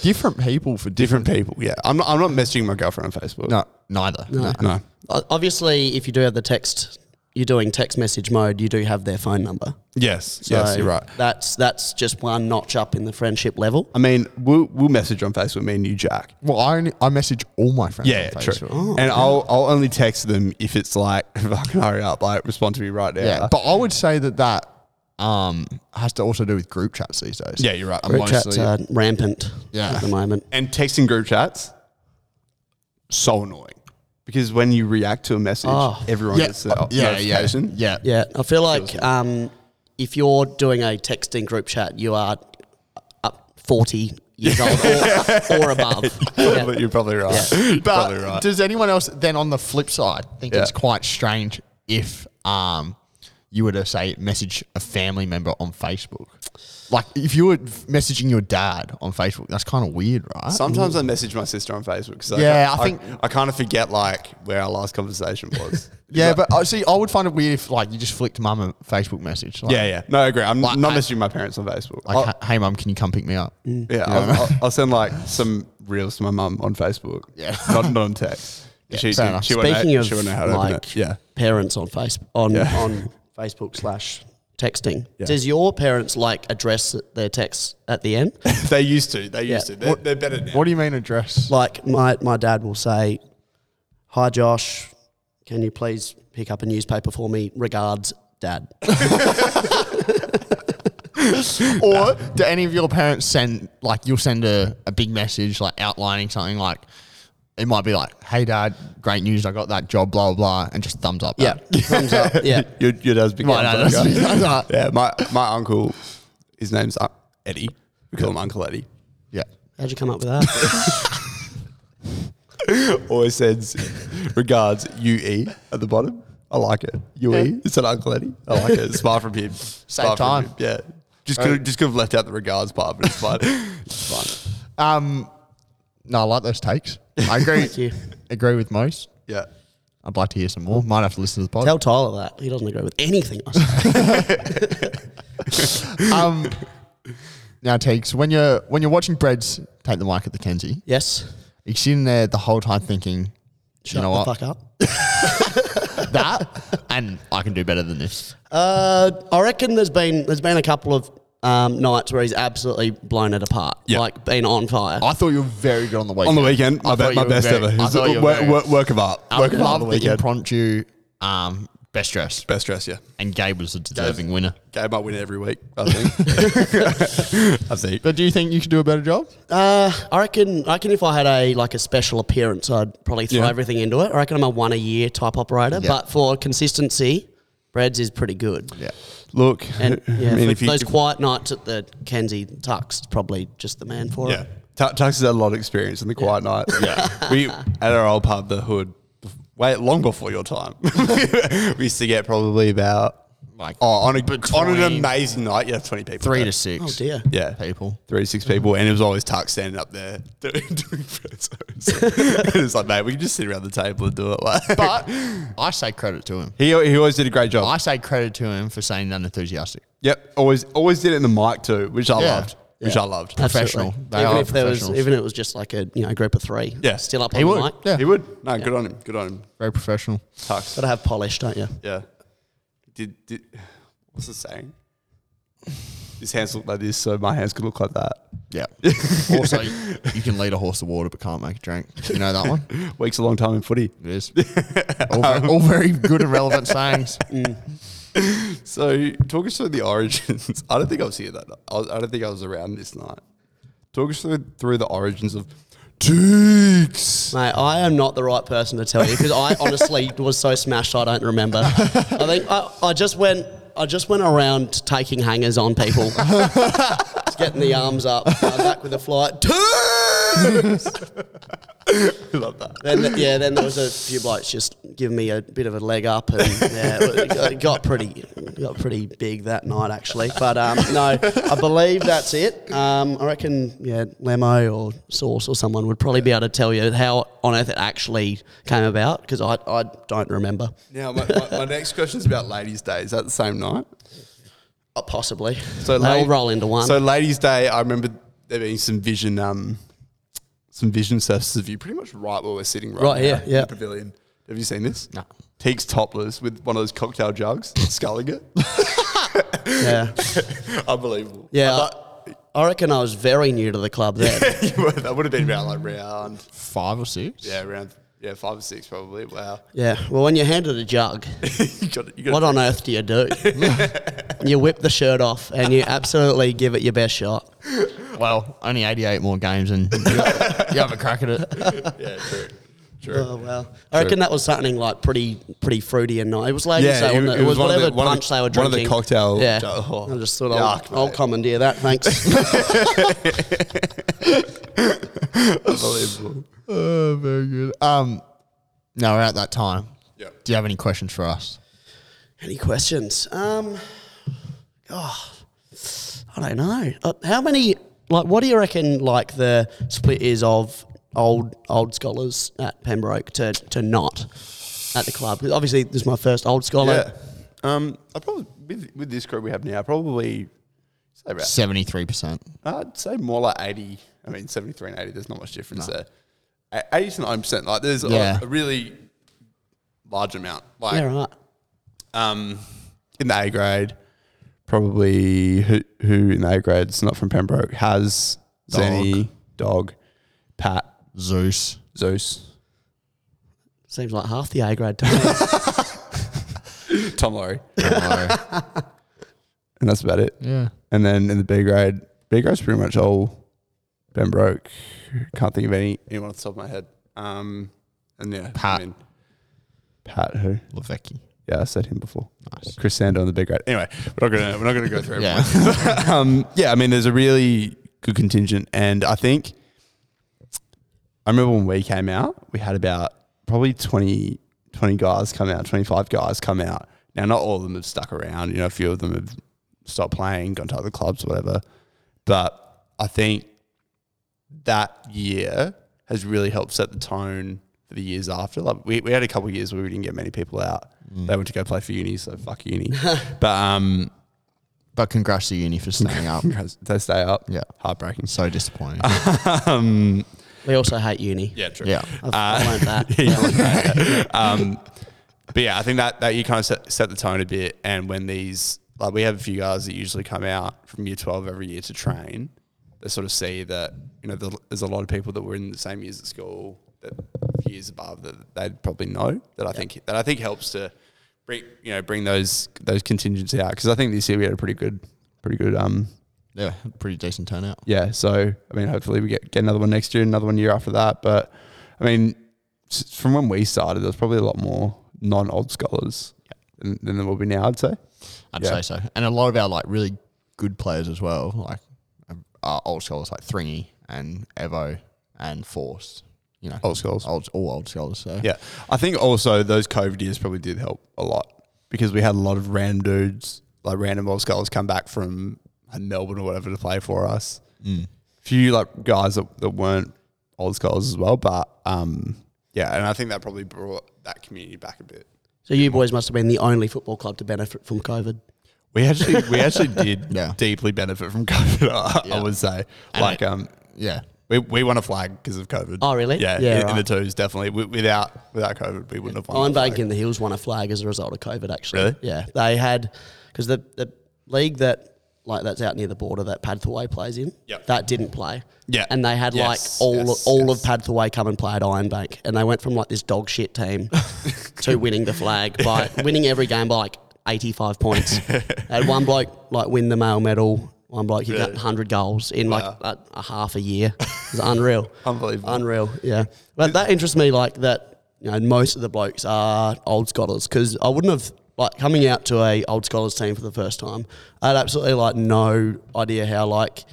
different people for
different people. Yeah, I'm not. I'm not messaging my girlfriend on Facebook.
No, neither. No.
no.
O- Obviously, if you do have the text, you're doing text message mode. You do have their phone number.
Yes.
So
yes. You're right.
That's that's just one notch up in the friendship level.
I mean, we'll, we'll message on Facebook, me and you, Jack.
Well, I only I message all my friends.
Yeah,
on
true.
Facebook.
and I'll, I'll only text them if it's like, fucking hurry up, like, respond to me right now.
Yeah, but I would say that that um, has to also do with group chats these days.
Yeah, you're right.
And
Group chats
mostly-
are rampant
Yeah.
at the moment.
and texting group chats, so annoying. Because when you react to a message,
Oh.
everyone
yeah,
gets the
yeah, yeah,
notification.
yeah,
Yeah, I feel like um, if you're doing a texting group chat, you are up 40 years old or, or above. Yeah.
But You're probably right. You're
But
probably right.
does anyone else then on the flip side think
Yeah.
it's quite strange if um, you were to say message a family member on Facebook? Like if you were messaging your dad on Facebook, that's kind of weird, right?
Sometimes I message my sister on Facebook. 'cause
Uh, Yeah, I
I
think-
I, kind of forget like where our last conversation was.
yeah, but I see. I would find it weird if like you just flicked mum a Facebook message. Like,
yeah, yeah. No, I agree. I'm
Like,
not
I-
messaging my parents on Facebook. I'll-
Like, hey, mum, can you come pick me up?
Mm.
Yeah, I'll, I'll, I'll send like some reels to my mum on Facebook.
Yeah.
not, not on text. she,
fair enough.
she, won't know,
Speaking
she
of
won't know how to open
like
it. Yeah,
parents on Facebook on
Yeah.
on Facebook slash texting,
Yeah.
does your parents like address their texts at the end?
they used to. They used to.
Yeah.
They're, they're better now.
What do you mean address?
like my my dad will say, "Hi Josh, can you please pick up a newspaper for me? Regards, Dad."
Or do any of your parents send like you'll send a, a big message like outlining something like it might be like, Hey dad, great news, I got that job, blah blah blah and just thumbs up.
yeah,
that.
thumbs up. Yeah,
Your, your dad's big.
Right, no,
thumbs up
that's-
guy.
that's-
yeah, my my uncle, his name's uh, Eddie. We call him Uncle Eddie.
Yeah.
how'd you come up with that?
Always sends regards UE at the bottom. I like it. UE. It's an Uncle Eddie. I like it. It's far from him. Smart from
time.
him. Yeah. Just could have, just could have left out the regards part, but it's fine. It's fine.
Um no, I like those takes. I agree.
Thank you.
Agree with most.
Yeah.
I'd like to hear some more. Might have to listen to the pod.
Tell Tyler that. He doesn't agree with anything I say.
Um, now, Teeks, when you're when you're watching Breads take the mic at the Kenzie,
Yes.
you're sitting there the whole time thinking,
Shut
you know
the
what,
fuck up.
that, and I can do better than this.
Uh, I reckon there's been there's been a couple of um, nights where he's absolutely blown it apart.
Yeah.
Like been on fire.
I thought you were very good on the weekend.
On the weekend, my,
I thought
be-
you
my
were
best
very-
ever.
I thought you were
Work,
very-
work, work of art.
I
work of art on
love
the
the,
weekend.
impromptu um, best dress,
best dress, yeah.
and Gabe was the deserving winner.
Gabe might win it every week, I think. I think.
But do you think you could do a better job?
Uh, I reckon I reckon if I had a like a special appearance, I'd probably throw
Yeah.
everything into it. I reckon I'm a one a year type operator,
Yeah.
but for consistency, Breads is pretty good.
Yeah.
Look,
And yeah,
I mean,
for
if you,
those
if-
quiet nights at the Kenzie Tucks, probably just the man for
yeah.
it.
Tu- Tux has had a lot of experience in the quiet night. Yeah. we, at our old pub, The Hood, wait, long before your time, we used to get probably about,
Like
oh, on, a, on an
between
amazing night, yeah, 20 people.
Three
there.
to six.
Oh dear.
Yeah.
people.
Three to six people, and it was always Tuck standing up there doing, doing presos. it's like, mate, we can just sit around the table and do it. Like,
But I say credit to him.
he, he always did a great job.
I say credit to him for saying that enthusiastic.
Yep, always always did it in the mic too, which I
Yeah.
loved, which I loved.
Professional.
Absolutely.
They
even
are
if there was
professionals.
even if it was just like a you know group of three.
Yeah.
Still up on
He
the
would.
mic.
Yeah.
He would. No, good on him. Good on him.
Very professional.
Tux.
Gotta have polish, don't you?
Yeah. Did did what's the saying? His hands look like this, so my hands could look like that.
Yeah. also, you can lead a horse to water but can't make a drink. You know that one?
Weeks a long time in footy.
It is. All, very, all very good and relevant sayings.
So talk us through the origins. I don't think I was here that. night. I, was, I don't think I was around this night. Talk us through through the origins of Dukes.
Mate, I am not the right person to tell you because I honestly was so smashed I don't remember. I think I, I just went I just went around taking hangers on people, just getting the arms up, uh, back with a flight.
Love that.
Then th- yeah, then there was a few blokes just giving me a bit of a leg up, and yeah, it got- it got pretty got pretty big that night actually. But um, no, I believe that's it. Um, I reckon yeah, Lemo or Sauce or someone would probably be able to tell you how on earth it actually came about because I I don't remember.
Now my, my, my next question is about Ladies' Day. Is that the same night?
Uh, possibly.
So
So they all
late-
roll into one.
So Ladies' Day, I remember there being some vision, um, some vision surfaces of you, pretty much right where we're sitting right,
Right
now
here,
in
yeah.
the pavilion. Have you seen this?
No.
Teague's topless with one of those cocktail jugs, sculling it.
yeah,
Unbelievable.
yeah.
I
I reckon I was very new to the club then.
thought- you were- that would have been around like round,
Five or six?
yeah, around yeah five or six probably. Wow.
yeah. Well, when you're handed a jug,
you got it. You got
What
it.
on earth do you do? you whip the shirt off and you absolutely give it your best shot.
Well, only 88 more games and you have a crack at it.
Yeah, true. True.
Oh wow! I reckon that was something like pretty, pretty fruity and nice. It was like
Yeah,
yeah,
it-
it,
it
it
was
was
one of the-
whatever
one of the-
punch they were
one of
drinking.
the cocktail-
Yeah,
Oh,
I just thought
yuck,
I'll, I'll
mate.
commandeer that. Thanks.
Unbelievable.
Oh, very good. Um, now we're at that time.
Yeah.
Do you have any questions for us?
Any questions? Um, oh, I don't know. Uh, how many? Like, what do you reckon? Like the split is of old old scholars at Pembroke to to not at the club. 'Cause Obviously, this is my first old
Yeah.
scholar.
Um, I probably with, with this group we have now, probably say about
73%.
I'd say more like 80. I mean, 73 and 80, there's not much difference there. there. A- 80 to 90%. Like, there's a-
Yeah.
a, really large amount. Like,
Yeah, right.
um, in the A grade, probably who, who in the A grade is not from Pembroke has
Dog.
Zenny, Dog, Pat,
Zeus.
Zeus,
Seems like half the A grade. Time.
Tom Laurie.
Hello.
And that's about it.
yeah.
And then in the B grade, B grade's pretty much all Pembroke. Can't think of any anyone off the top of my head. Um, and yeah,
Pat.
Pat who?
Lavecchi.
Yeah, I said him before.
Nice.
Chris Sando on the big rate. Anyway, we're not gonna we're not gonna go through.
Yeah.
everyone. um, yeah, I mean, there's a really good contingent, and I think I remember when we came out, we had about probably 20, 20 guys come out, twenty five guys come out. Now, not all of them have stuck around. You know, a few of them have stopped playing, gone to other clubs, whatever. But I think that year has really helped set the tone for the years after. Like we, we had a couple of years where we didn't get many people out. They went to go play for uni, so fuck uni. but um,
But congrats to uni for staying up.
they stay up.
Yeah.
heartbreaking.
so disappointing.
We also hate uni.
Yeah, true.
yeah.
I've I learned that.
um, but yeah, I think that that you kind of set, set the tone a bit. And when these like we have a few guys that usually come out from year twelve every year to train, they sort of see that you know the, there's a lot of people that were in the same years at school that years above that they'd probably know that I think that I think helps to bring you know bring those those contingents out because I think this year we had a pretty good pretty good um
Yeah. Pretty decent turnout.
yeah, so I mean, hopefully we get, get another one next year, another one year after that. But I mean, s- from when we started, there's probably a lot more non old scholars than, than there will be now. I'd say.
I'd
Yeah.
say so. And a lot of our like really good players as well, like um, our old scholars like Thringy and Evo and Force. You know,
Old scholars.
old, all old scholars. So
Yeah, I think also those COVID years probably did help a lot because we had a lot of random dudes, like random old scholars, come back from uh, Melbourne or whatever to play for us. Mm. Few like guys that, that weren't old scholars as well, but um, yeah, and I think that probably brought that community back a bit.
So you boys must have been the only football club to benefit from COVID.
We actually we actually did
Yeah.
deeply benefit from COVID. I, I
Yeah.
would say,
And
like,
it-
um,
yeah.
we, we won a flag because of COVID.
Oh, really?
Yeah,
Yeah,
in, in the
right.
twos definitely. Wi- Without without COVID, we wouldn't have won.
Iron
a flag.
Bank in the Hills won a flag as a result of COVID. Actually,
Really?
yeah, they had because the the league that like that's out near the border that Padthaway plays in,
Yep.
that didn't play.
Yeah.
and they had
Yes,
like all
yes,
all
yes.
of Padthaway come and play at Iron Bank, and they went from like this dog shit team to winning the flag by winning every game by like eighty five points. they had one bloke like win the male medal. One bloke who got
Really?
100 goals in like a, a half a year. It was unreal.
Unbelievable.
Unreal, yeah. But that interests me, like that. You know, most of the blokes are old scholars because I wouldn't have like coming out to a old scholars team for the first time. I had absolutely like no idea how like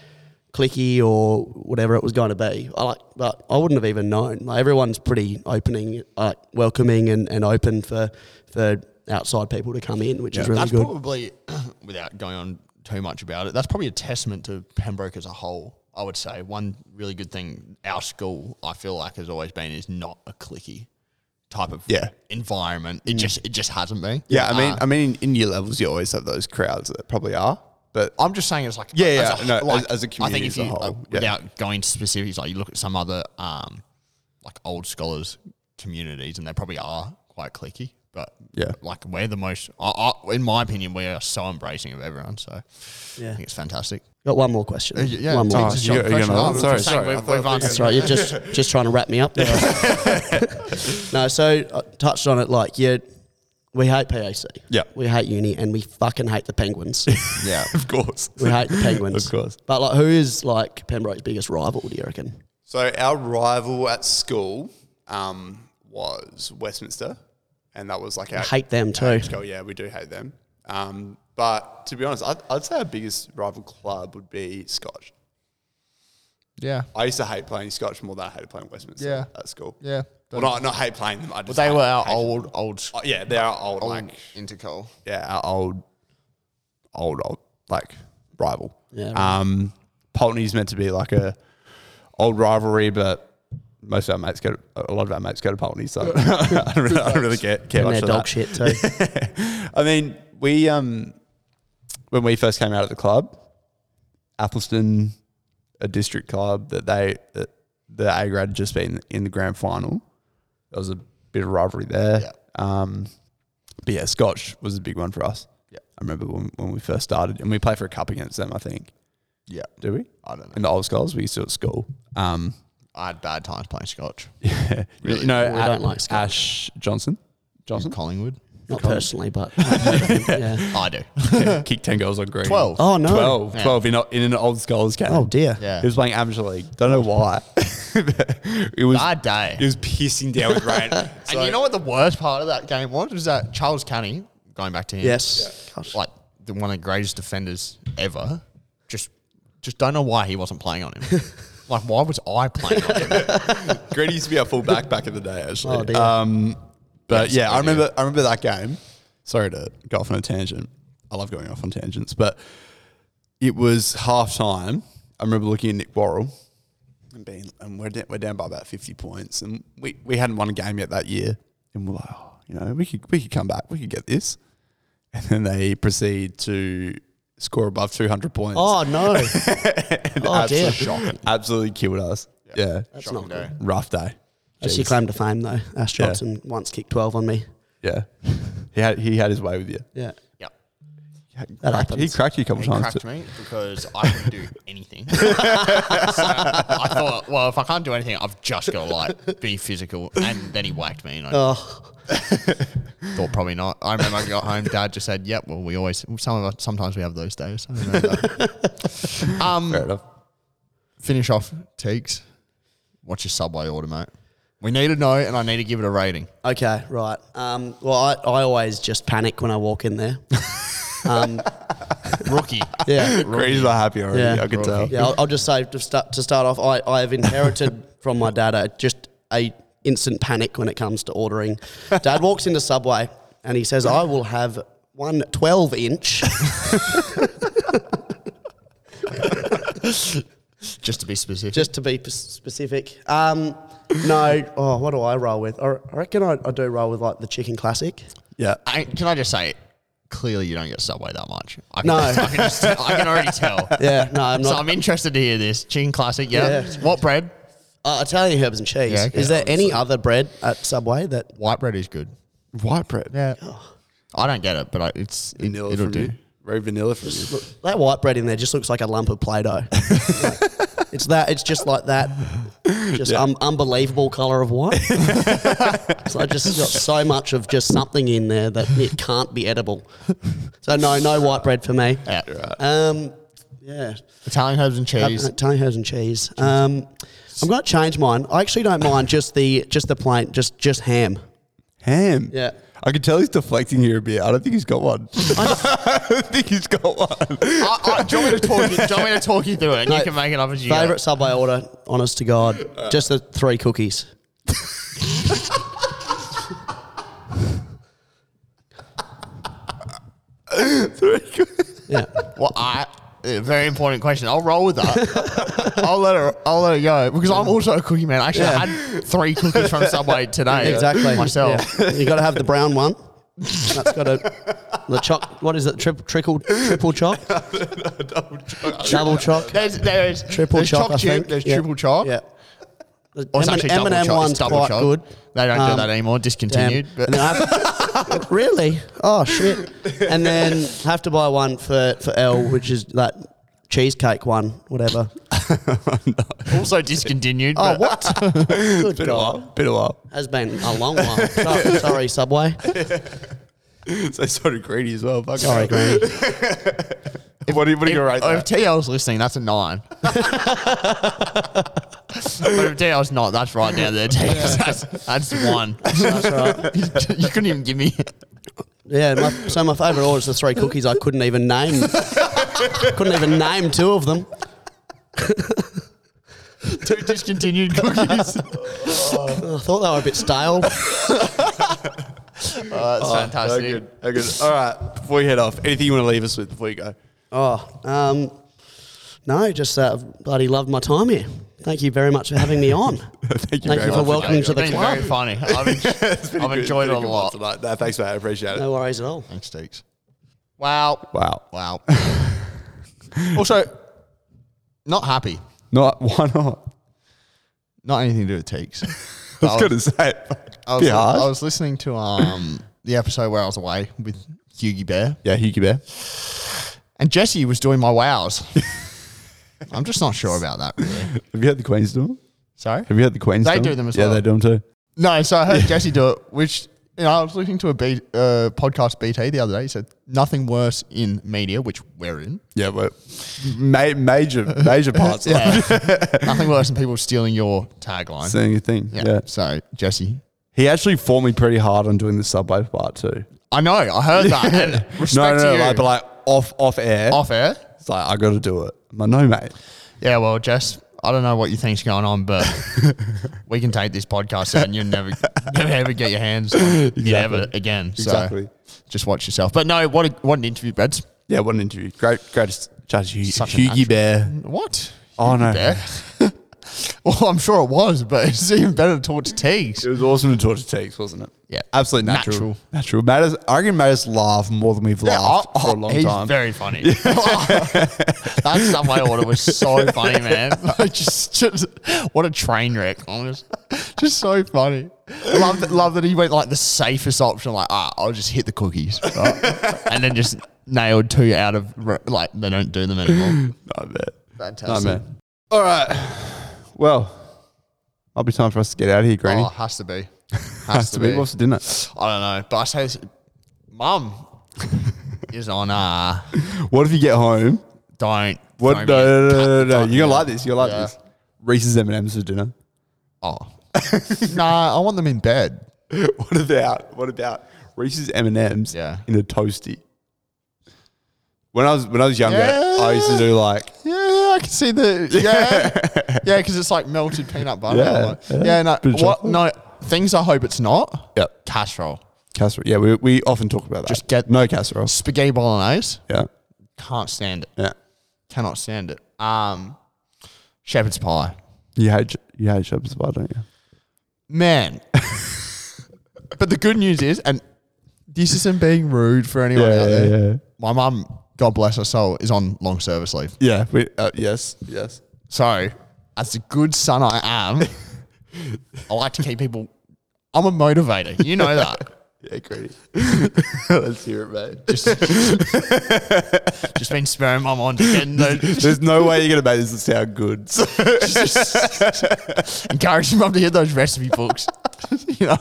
clicky or whatever it was going to be. I like, but I wouldn't have even known. Like everyone's pretty opening, like welcoming and, and open for for outside people to come in, which is really
that's
good.
probably without going on too much about it. That's probably a testament to Pembroke as a whole. I would say one really good thing our school I feel like has always been is not a clicky type of
Yeah. Mm.
environment. It just it just hasn't been.
Yeah, I mean,
Uh,
I mean, in year levels, you always have those crowds that probably are, but
I'm just saying it's like
Yeah,
as
yeah,
a,
no, as-
like,
as a community as a
you,
whole,
like,
yeah.
without going to specifics, like you look at some other um like old scholars communities, and they probably are quite clicky. But
Yeah.
like we're the most, I, I, in my opinion, we are so embracing of everyone. So I
Yeah.
think it's fantastic.
Got one more question.
Uh, yeah,
one more.
Oh, you got- you got another one? Sorry, sorry, I
We've,
thought-
we've answered.
That's right. You're just just trying to wrap me up. There. no, so I touched on it. Like, yeah, we hate PAC.
Yeah.
we hate uni, and we fucking hate the Penguins.
Yeah,
of course.
we hate the Penguins,
Of course.
But like, who is like Pembroke's biggest rival? Do you reckon?
So our rival at school um, was Westminster, and that was like our
I hate them too.
Let's go. Yeah, we do hate them. Um, but to be honest, I'd, I'd say our biggest rival club would be Scotch.
yeah,
I used to hate playing Scotch more than I hated playing Westminster
Yeah.
at school.
yeah.
Well, not, not hate playing them. I just
But they
hate-
were our
hate-
old, old,
Oh, yeah, they are old,
old
like
intercol.
yeah, our old, old, old like rival.
Yeah, right.
Um, Pulteney's meant to be like a old rivalry, but most of our mates go. To, a lot of our mates go to Pulteney, so I don't really, I don't really care, care
And
much
they're
for that.
dog shit too.
I mean, we um, when we first came out at the club, Athelston, a district club that they that the A grade had just been in the grand final. There was a bit of rivalry there.
Yeah.
Um, but yeah, Scotch was a big one for us.
Yeah.
I remember when, when we first started, and we played for a cup against them. I think.
Yeah,
Do we?
I don't know.
In the old schools, we used to at school. Um,
I had bad times playing Scotch.
really? No,
We
A-
don't like Scotch.
Ash Johnson. Johnson
Collingwood.
Not personally, but yeah.
I do.
kicked ten goals on green.
Twelve.
Oh no.
12,
Yeah.
12 in, a- in an old scholars game.
Oh dear.
Yeah.
He was playing amateur league. Don't know why. it was
Bad day.
it was pissing down with rain.
and you know what the worst part of that game was? Was that Charles Canny, going back to him.
Yes. Gosh.
Like the one of the greatest defenders ever. Just just don't know why he wasn't playing on him. like why was I playing on him?
Grady used to be our full back back in the day, actually.
Oh, dear.
Um, but
Yes,
yeah, I
I do.
remember I remember that game. Sorry to go off on a tangent. I love going off on tangents, but it was half time. I remember looking at Nick Worrell and being and we're down, we're down by about fifty points, and we, we hadn't won a game yet that year, and we're like, oh, you know, we could we could come back, we could get this, and then they proceed to score above two hundred points.
Oh no,
and
oh, dear.
absolutely, absolutely killed us. Yeah,
that's not good.
rough day.
That's your
Jeez.
claim to fame, though. Ash Johnson once kicked twelve on me.
Yeah, he had he had his way with you.
Yeah,
Yep.
that
He
happens.
cracked you a couple
He
times.
cracked
too.
me because I couldn't do anything. so I thought, well, if I can't do anything, I've just got to like be physical. And then he whacked me, and I
Oh,
thought probably not. I remember I got home, Dad just said, "Yep, well, we always some of us, sometimes we have those days." I remember. um,
Fair enough.
finish off Teeks. What's your Subway order, mate? We need to know, and I need to give it a rating.
okay, right. Um, well, I, I always just panic when I walk in there. um,
Rookie.
yeah,
Greasy's not happy already.
Yeah.
I can tell.
Yeah, I'll, I'll just say to start, to start off, I, I have inherited from my dad a, just a instant panic when it comes to ordering. Dad walks into Subway and he says, "I will have one 12 inch."
Just to be specific.
just to be p- specific. Um, no, oh, what do I roll with? I, I reckon I, I do roll with like the chicken classic.
Yeah.
I, can I just say, clearly you don't get Subway that much. I can,
No.
I can, just, I can already tell.
Yeah, no, I'm
So
not.
I'm interested to hear this. Chicken classic, yeah.
Yeah.
What bread?
uh, Italian herbs and cheese.
Yeah, okay,
Is there any other bread at Subway that?
White bread is good.
White bread.
Yeah.
Oh.
I don't get it, but I, it's it,
Vanilla
it'll
from
do.
you. Very vanilla from you.
Look, that white bread in there just looks like a lump of Play-Doh. Like, it's that. It's just like that. Just um, unbelievable color of white. so I just got so much of just something in there that it can't be edible. So no, no white bread for me.
Yeah.
Um, yeah.
Italian herbs and cheese.
Italian herbs and cheese. Um, I'm going to change mine. I actually don't mind just the just the plain, just just ham.
Ham.
Yeah.
I can tell he's deflecting here a bit. I don't think he's got one. I don't think he's got one.
I, I, do, you want me to talk you, do you want me to talk you through it? And
No,
you can make it up as you go.
Favorite Subway order, honest to God,
Uh.
just the three cookies. Yeah.
Well, I a very important question. I'll roll with that. I'll let it. I'll let it go because I'm also a cookie man. Actually, I had three cookies from Subway today.
Exactly.
Myself.
Yeah. You got to have the brown one. That's got a the choc. What is it? Trip, trickle, triple choc, double choc.
There's there's
Triple
there's
chalk, I
chip,
think.
There's
Yeah.
triple chalk.
Yeah.
Or it's actually double
M&M
chalk.
one's
it's double
quite
chalk.
good.
They don't do
Um,
that anymore.
Damn.
Discontinued.
And
But
then I have- really? Oh shit! And then have to buy one for for L, which is that cheesecake one, whatever.
also discontinued.
Oh
but
what? Good
Been a
God.
while. Oh, Been a while.
Has been a long while. So- sorry, Subway.
So so did greedy as well. Fuck
Sorry, Granny.
What are you, what are you
If,
gonna write
if
that?
TL's listening, that's a nine. but if TL's not, that's right down there. That's, that's one.
That's all right.
you couldn't even give me.
Yeah. My, so my favourite order is the three cookies. I couldn't even name. couldn't even name two of them.
Two discontinued cookies.
I thought they were a bit stale.
that's
Oh,
fantastic.
good. Oh, good. All right. Before we head off, anything you want to leave us with before you go?
Oh, um, no, just uh, bloody loved my time here. Thank you very much for having me on.
Thank you very
Thank you
much.
for welcoming me
It's
to the
been very
club.
funny. I've, en- I've enjoyed it a lot.
Tonight. No, thanks, mate. I appreciate it.
No worries at all.
Thanks, Deeks. Wow.
Wow.
Wow. also, not happy.
Not why not?
Not anything to do with Teeks.
I was gonna say.
I was,
Be
I
hard.
was listening to um the episode where I was away with Hughie Bear,
yeah, Hugo Bear.
and Jesse was doing my wows. I'm just not sure about that. Really.
Have you heard the Queen's do 'em?
Sorry.
Have you heard the Queen's
They
do 'em?
do them as
yeah,
well.
they do them too.
No, so I heard Jesse do it, which you know, I was listening to a B, uh, podcast BT the other day. He said nothing worse in media, which we're in.
Yeah, but ma- major, major parts. yeah.
uh, nothing worse than people stealing your tagline.
Seeing a thing.
yeah.
yeah.
So Jesse,
He actually fought me pretty hard on doing the subway part too.
I know I heard that. and respect
no, no,
to
no,
you.
like, but like off off air.
off air.
It's like I got to do it. I'm like, no, mate.
Yeah, well, Jess, I don't know what you think's going on, but we can take this podcast out, and you'll never, never ever get your hands on it ever again. So
Exactly.
just watch yourself. But no, what a, what an interview, Beds.
Yeah, what an interview. Great, great to chat to Hugh-
Such a
Hughie
natural.
Bear.
What?
Oh no,
Bear. Well, I'm sure it was, but it's even better to talk to Teagues.
It was awesome to talk to Teeks, wasn't it?
Yeah.
Absolutely natural.
Natural.
Natural. Matt is, I reckon Matt has laughed more than we've laughed for a long
Oh, he's
time.
very funny. that subway order was so funny, man. Like, just, just what a train wreck. Honest. Just so funny. Love that, love that he went like the safest option, like, ah, I'll just hit the cookies. right? and then just nailed two out of, like, they don't do them anymore.
I bet.
Fantastic.
Nightmare. All right. Well, might be time for us to get out of here, Granny.
Oh, has to be. Has,
Has to be. What's for dinner?
I don't know, but I say, this, mum is on. Uh,
What if you get home?
don't.
What? No,
don't
no, no,
be-
no, no, no.
don't be-
You're gonna like this. You're gonna like
Yeah.
this. Reese's M and M's for dinner.
Oh, nah, I want them in bed.
what about? What about Reese's M and M's?
Yeah.
In a toasty. When I was when I was younger, I used to do like
Yeah, I can see the yeah, yeah, because it's like melted peanut butter.
Yeah,
Yeah,
yeah.
yeah no,
Bit of
what,
chocolate.
no things. I hope it's not.
Yep.
casserole,
casserole. Yeah, we, we often talk about that.
Just get-
no casserole.
spaghetti bolognese.
Yeah,
Can't stand it.
yeah.
Cannot stand it. Um, shepherd's pie.
You hate you hate shepherd's pie, don't you?
man. but the good news is, and this isn't being rude for anyone
Yeah,
out
yeah,
there.
yeah.
My mum, God bless her soul, is on long service leave.
Yeah. We, uh, yes. Yes.
So, as the good son I am, I like to keep people. I'm a motivator. You know that.
Yeah, great. Let's hear it, mate.
Just been spurring my mum to get in the,
There's no way you're gonna make this sound good.
encouraging mum to hit those recipe books. you know,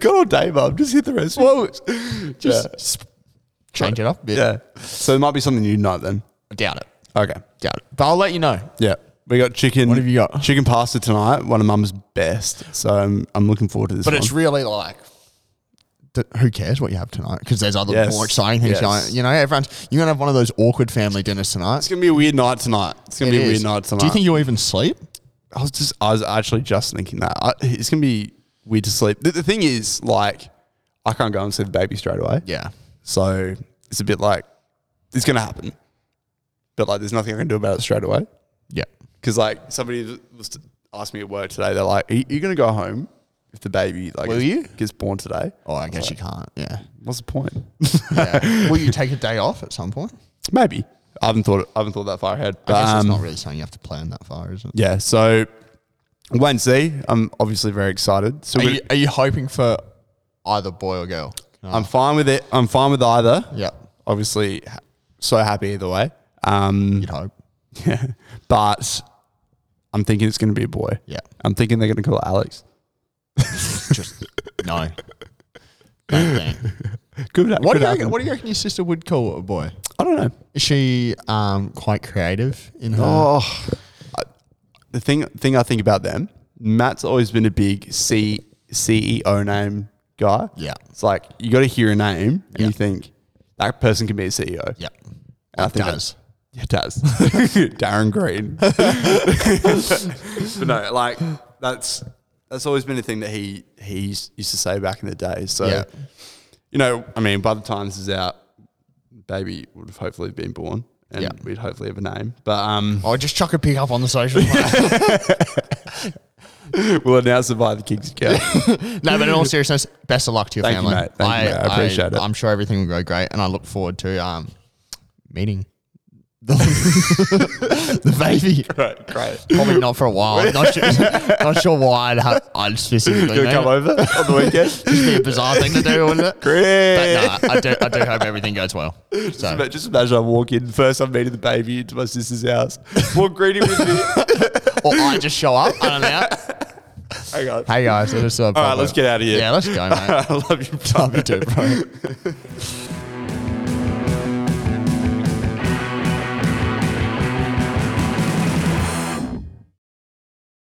God all day, mum. Just hit the rest. Whoa.
just
Yeah.
sp- change it up a bit.
yeah. So it might be something you know then.
I doubt it.
Okay.
Doubt it. But I'll let you know.
Yeah. We got chicken.
What have you got?
Chicken pasta tonight. One of mum's best. So I'm, I'm looking forward to this.
But
one.
it's really like, th- who cares what you have tonight? Because there's other
Yes.
more exciting
Yes.
things. Going, you know, everyone's you're gonna have one of those awkward family dinners tonight.
It's gonna be a weird night tonight. It's gonna
It
be a
is.
weird night tonight.
Do you think you'll even sleep?
I was just I was actually just thinking that I, it's gonna be weird to sleep. The, the thing is, like, I can't go and see the baby straight away.
Yeah.
So it's a bit like it's gonna happen, but like, there's nothing I can do about it straight away.
Yeah.
Because like somebody was asked me at work today, they're like, "Are you going to go home if the baby like
Will
is-
you?
gets born today?"
Oh, I guess you can't. Yeah.
What's the point?
yeah. Will you take a day off at some point?
Maybe I haven't thought I haven't thought that far ahead.
I
But,
guess it's
um,
not really something you have to plan that far, is it?
yeah, so wait and see. I'm obviously very excited. So
Are
we-
you, are you hoping for either boy or girl?
I'm fine with it. I'm fine with either.
yeah.
Obviously, ha- so happy either way. Um,
You'd hope.
yeah. but I'm thinking it's going to be a boy.
Yeah.
I'm thinking they're going to call it Alex.
Just no. Don't think.
Good.
What
good
do, you
happen.
reckon, what do you reckon your sister would call a boy?
I don't know.
Is she um, quite creative in her?
Oh, I- the thing thing I think about them, Matt's always been a big C CEO name guy.
Yeah.
it's like you got to hear a name and
Yeah.
you think that person can be a E CEO.
Yeah.
And I think that-
does.
yeah, it does. Darren Green. but no, like that's that's always been a thing that he he used to say back in the day. So
Yeah.
you know, I mean, by the time this is out, baby would have hopefully been born. And
Yeah.
we'd hopefully have a name. But um
Oh, just chuck a pick up on the social.
We'll announce it by the Kings account.
no, but in all seriousness, best of luck to your
Thank you,
family.
mate. Thank you, mate. I appreciate it.
I'm sure everything will go great, and I look forward to um, meeting the, the baby.
right, great.
Probably not for a while. Not sure, not sure why I'd, ha- I'd specifically.
You'll
meet
come
her.
over on the weekend.
It'd be a bizarre thing to do, wouldn't it?
Great.
But no, I do, I do hope everything goes well. So,
But just imagine I walk in first. I'm meeting the baby into my sister's house. Walk greeting with me.
or I just show up. I don't know.
Hang on.
Hey guys, it was, uh,
All right, let's get out of here.
Yeah, let's go, mate.
I love you, bro.
Love you too, bro.